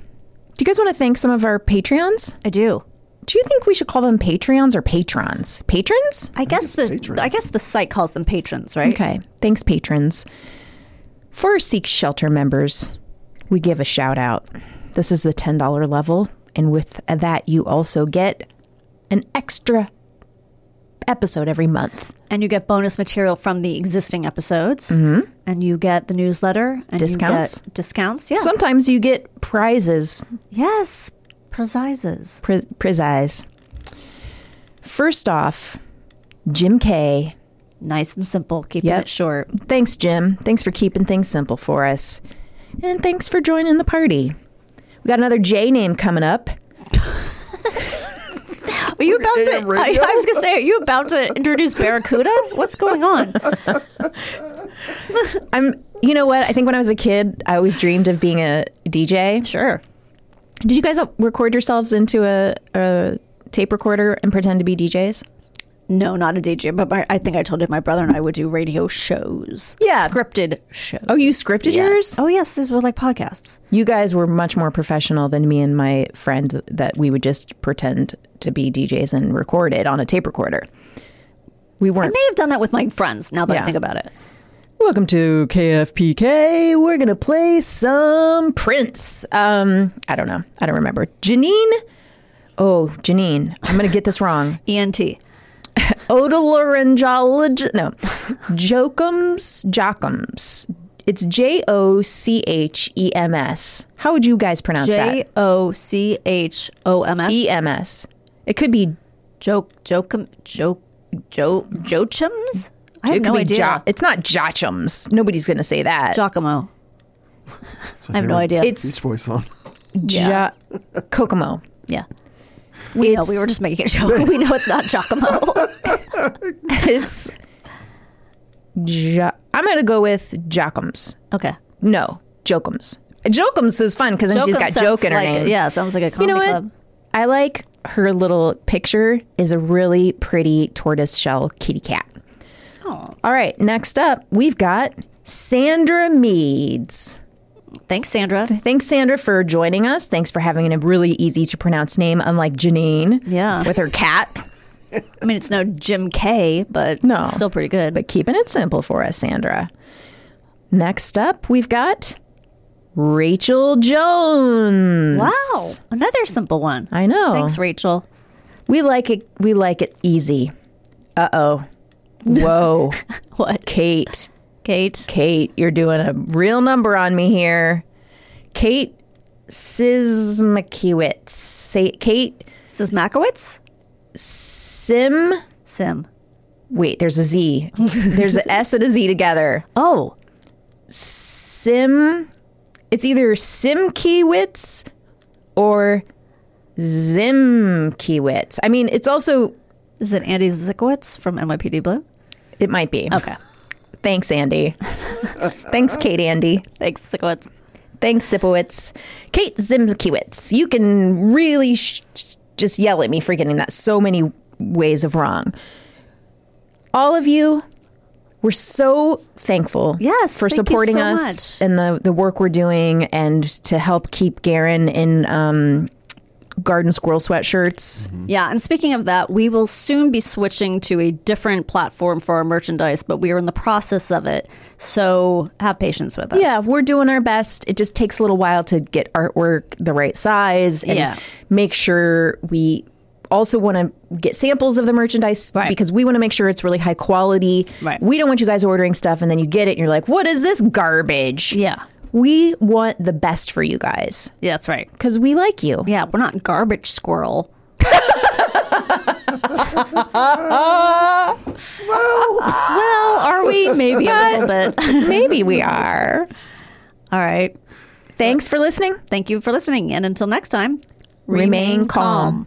you guys want to thank some of our patreons
I do.
do you think we should call them patreons or patrons patrons
I guess the I guess the site calls them patrons, right?
Okay. Thanks, patrons. For our Seek Shelter members, we give a shout out. This is the $10 level. And with that, you also get an extra episode every month.
And you get bonus material from the existing episodes, mm-hmm. and you get the newsletter and you
Discounts?
get discounts, yeah.
Sometimes you get prizes,
yes, prizes.
pri- prizes. First off, Jim K.
Nice and simple, keeping
Yep.
it short.
Thanks, Jim. Thanks for keeping things simple for us. And thanks for joining the party. We got another J name coming up.
Are you about to?
AM
I,
radio?
I was gonna say, are you about to introduce Barracuda? What's going on?
I'm you know what? I think when I was a kid, I always dreamed of being a DJ.
Sure.
Did you guys record yourselves into a, a tape recorder and pretend to be DJs?
No, not a DJ, but my, I think I told you my brother and I would do radio shows.
Yeah.
Scripted shows.
Oh, you scripted yours?
Oh, yes. These were like podcasts.
You guys were much more professional than me and my friend that we would just pretend to be DJs and record it on a tape recorder. We
I
weren't
may have done that with my friends now that
Yeah.
I think about it.
Welcome to KFPK. We're going to play some Prince. Um, I don't know. I don't remember. Janine. Oh, Janine. I'm going to get this wrong.
ENT.
Otolaryngologist. No. Jocums. Jockums. It's J O C H E M S. How would you guys pronounce
J
that?
O C H O M S.
E M S. It could be.
Joke, jokum, joke, jo, jochums? I have
It could
no
be
idea.
Jo- it's not Jochums. Nobody's going to say that.
Giacomo. I have no
favorite.
idea.
it's
Beach Boy song.
ja- Kokomo.
yeah. We know.
It's-
We were just making a joke. We know it's not Giacomo.
It's. Jo- I'm going to go with Jockums.
okay.
No, Jokums. Jokums is fun because then she's
Jokum
got
sounds
joke in her
like-
name.
Yeah, sounds like a
You
comedy
know what?
club.
I like her little picture is a really pretty tortoise shell kitty cat.
Oh.
All right, next up we've got Sandra Meads.
Thanks, Sandra.
Thanks, Sandra, for joining us. Thanks for having a really easy to pronounce name, unlike Janine.
Yeah.
With her cat.
I mean, it's no Jim K, but
No.
it's still pretty good.
But keeping it simple for us, Sandra. Next up we've got Rachel Jones.
wow, another simple one.
I know.
Thanks, Rachel.
We like it. We like it easy. Uh oh. Whoa.
What?
Kate.
Kate.
Kate, you're doing a real number on me here. Kate Sismakiewicz. Say Kate
Sismakowitz?
Sim.
Sim.
Wait, there's a Z. There's an S and a Z together.
Oh,
Sim. It's either Simkiewicz or Zimkiewicz. I mean, it's also.
is it Andy Zikowitz from NYPD Blue?
It might be.
Okay.
Thanks, Andy. Thanks, Kate. Andy.
Thanks, Zikowitz.
Thanks, Sipowitz. Kate Zimkiewicz, you can really sh- sh- just yell at me for getting that so many ways of wrong. All of you, We're so thankful
Yes,
for
thank you
supporting
so
us
much.
and the, the work we're doing and to help keep Garen in um, garden squirrel sweatshirts.
Yeah, and speaking of that, we will soon be switching to a different platform for our merchandise, but we are in the process of it. So have patience with us.
Yeah, we're doing our best. It just takes a little while to get artwork the right size and
Yeah.
make sure we also want to get samples of the merchandise
Right.
because we want to make sure it's really high quality.
Right.
We don't want you guys ordering stuff and then you get it and you're like, "What is this garbage?"
Yeah.
We want the best for you guys
Yeah, that's right.
cuz we like you.
Yeah, we're not garbage squirrel. well, well, are we? Maybe a little bit.
Maybe we are.
All right.
Thanks for listening.
Thank you for listening. And until next time,
Remain calm.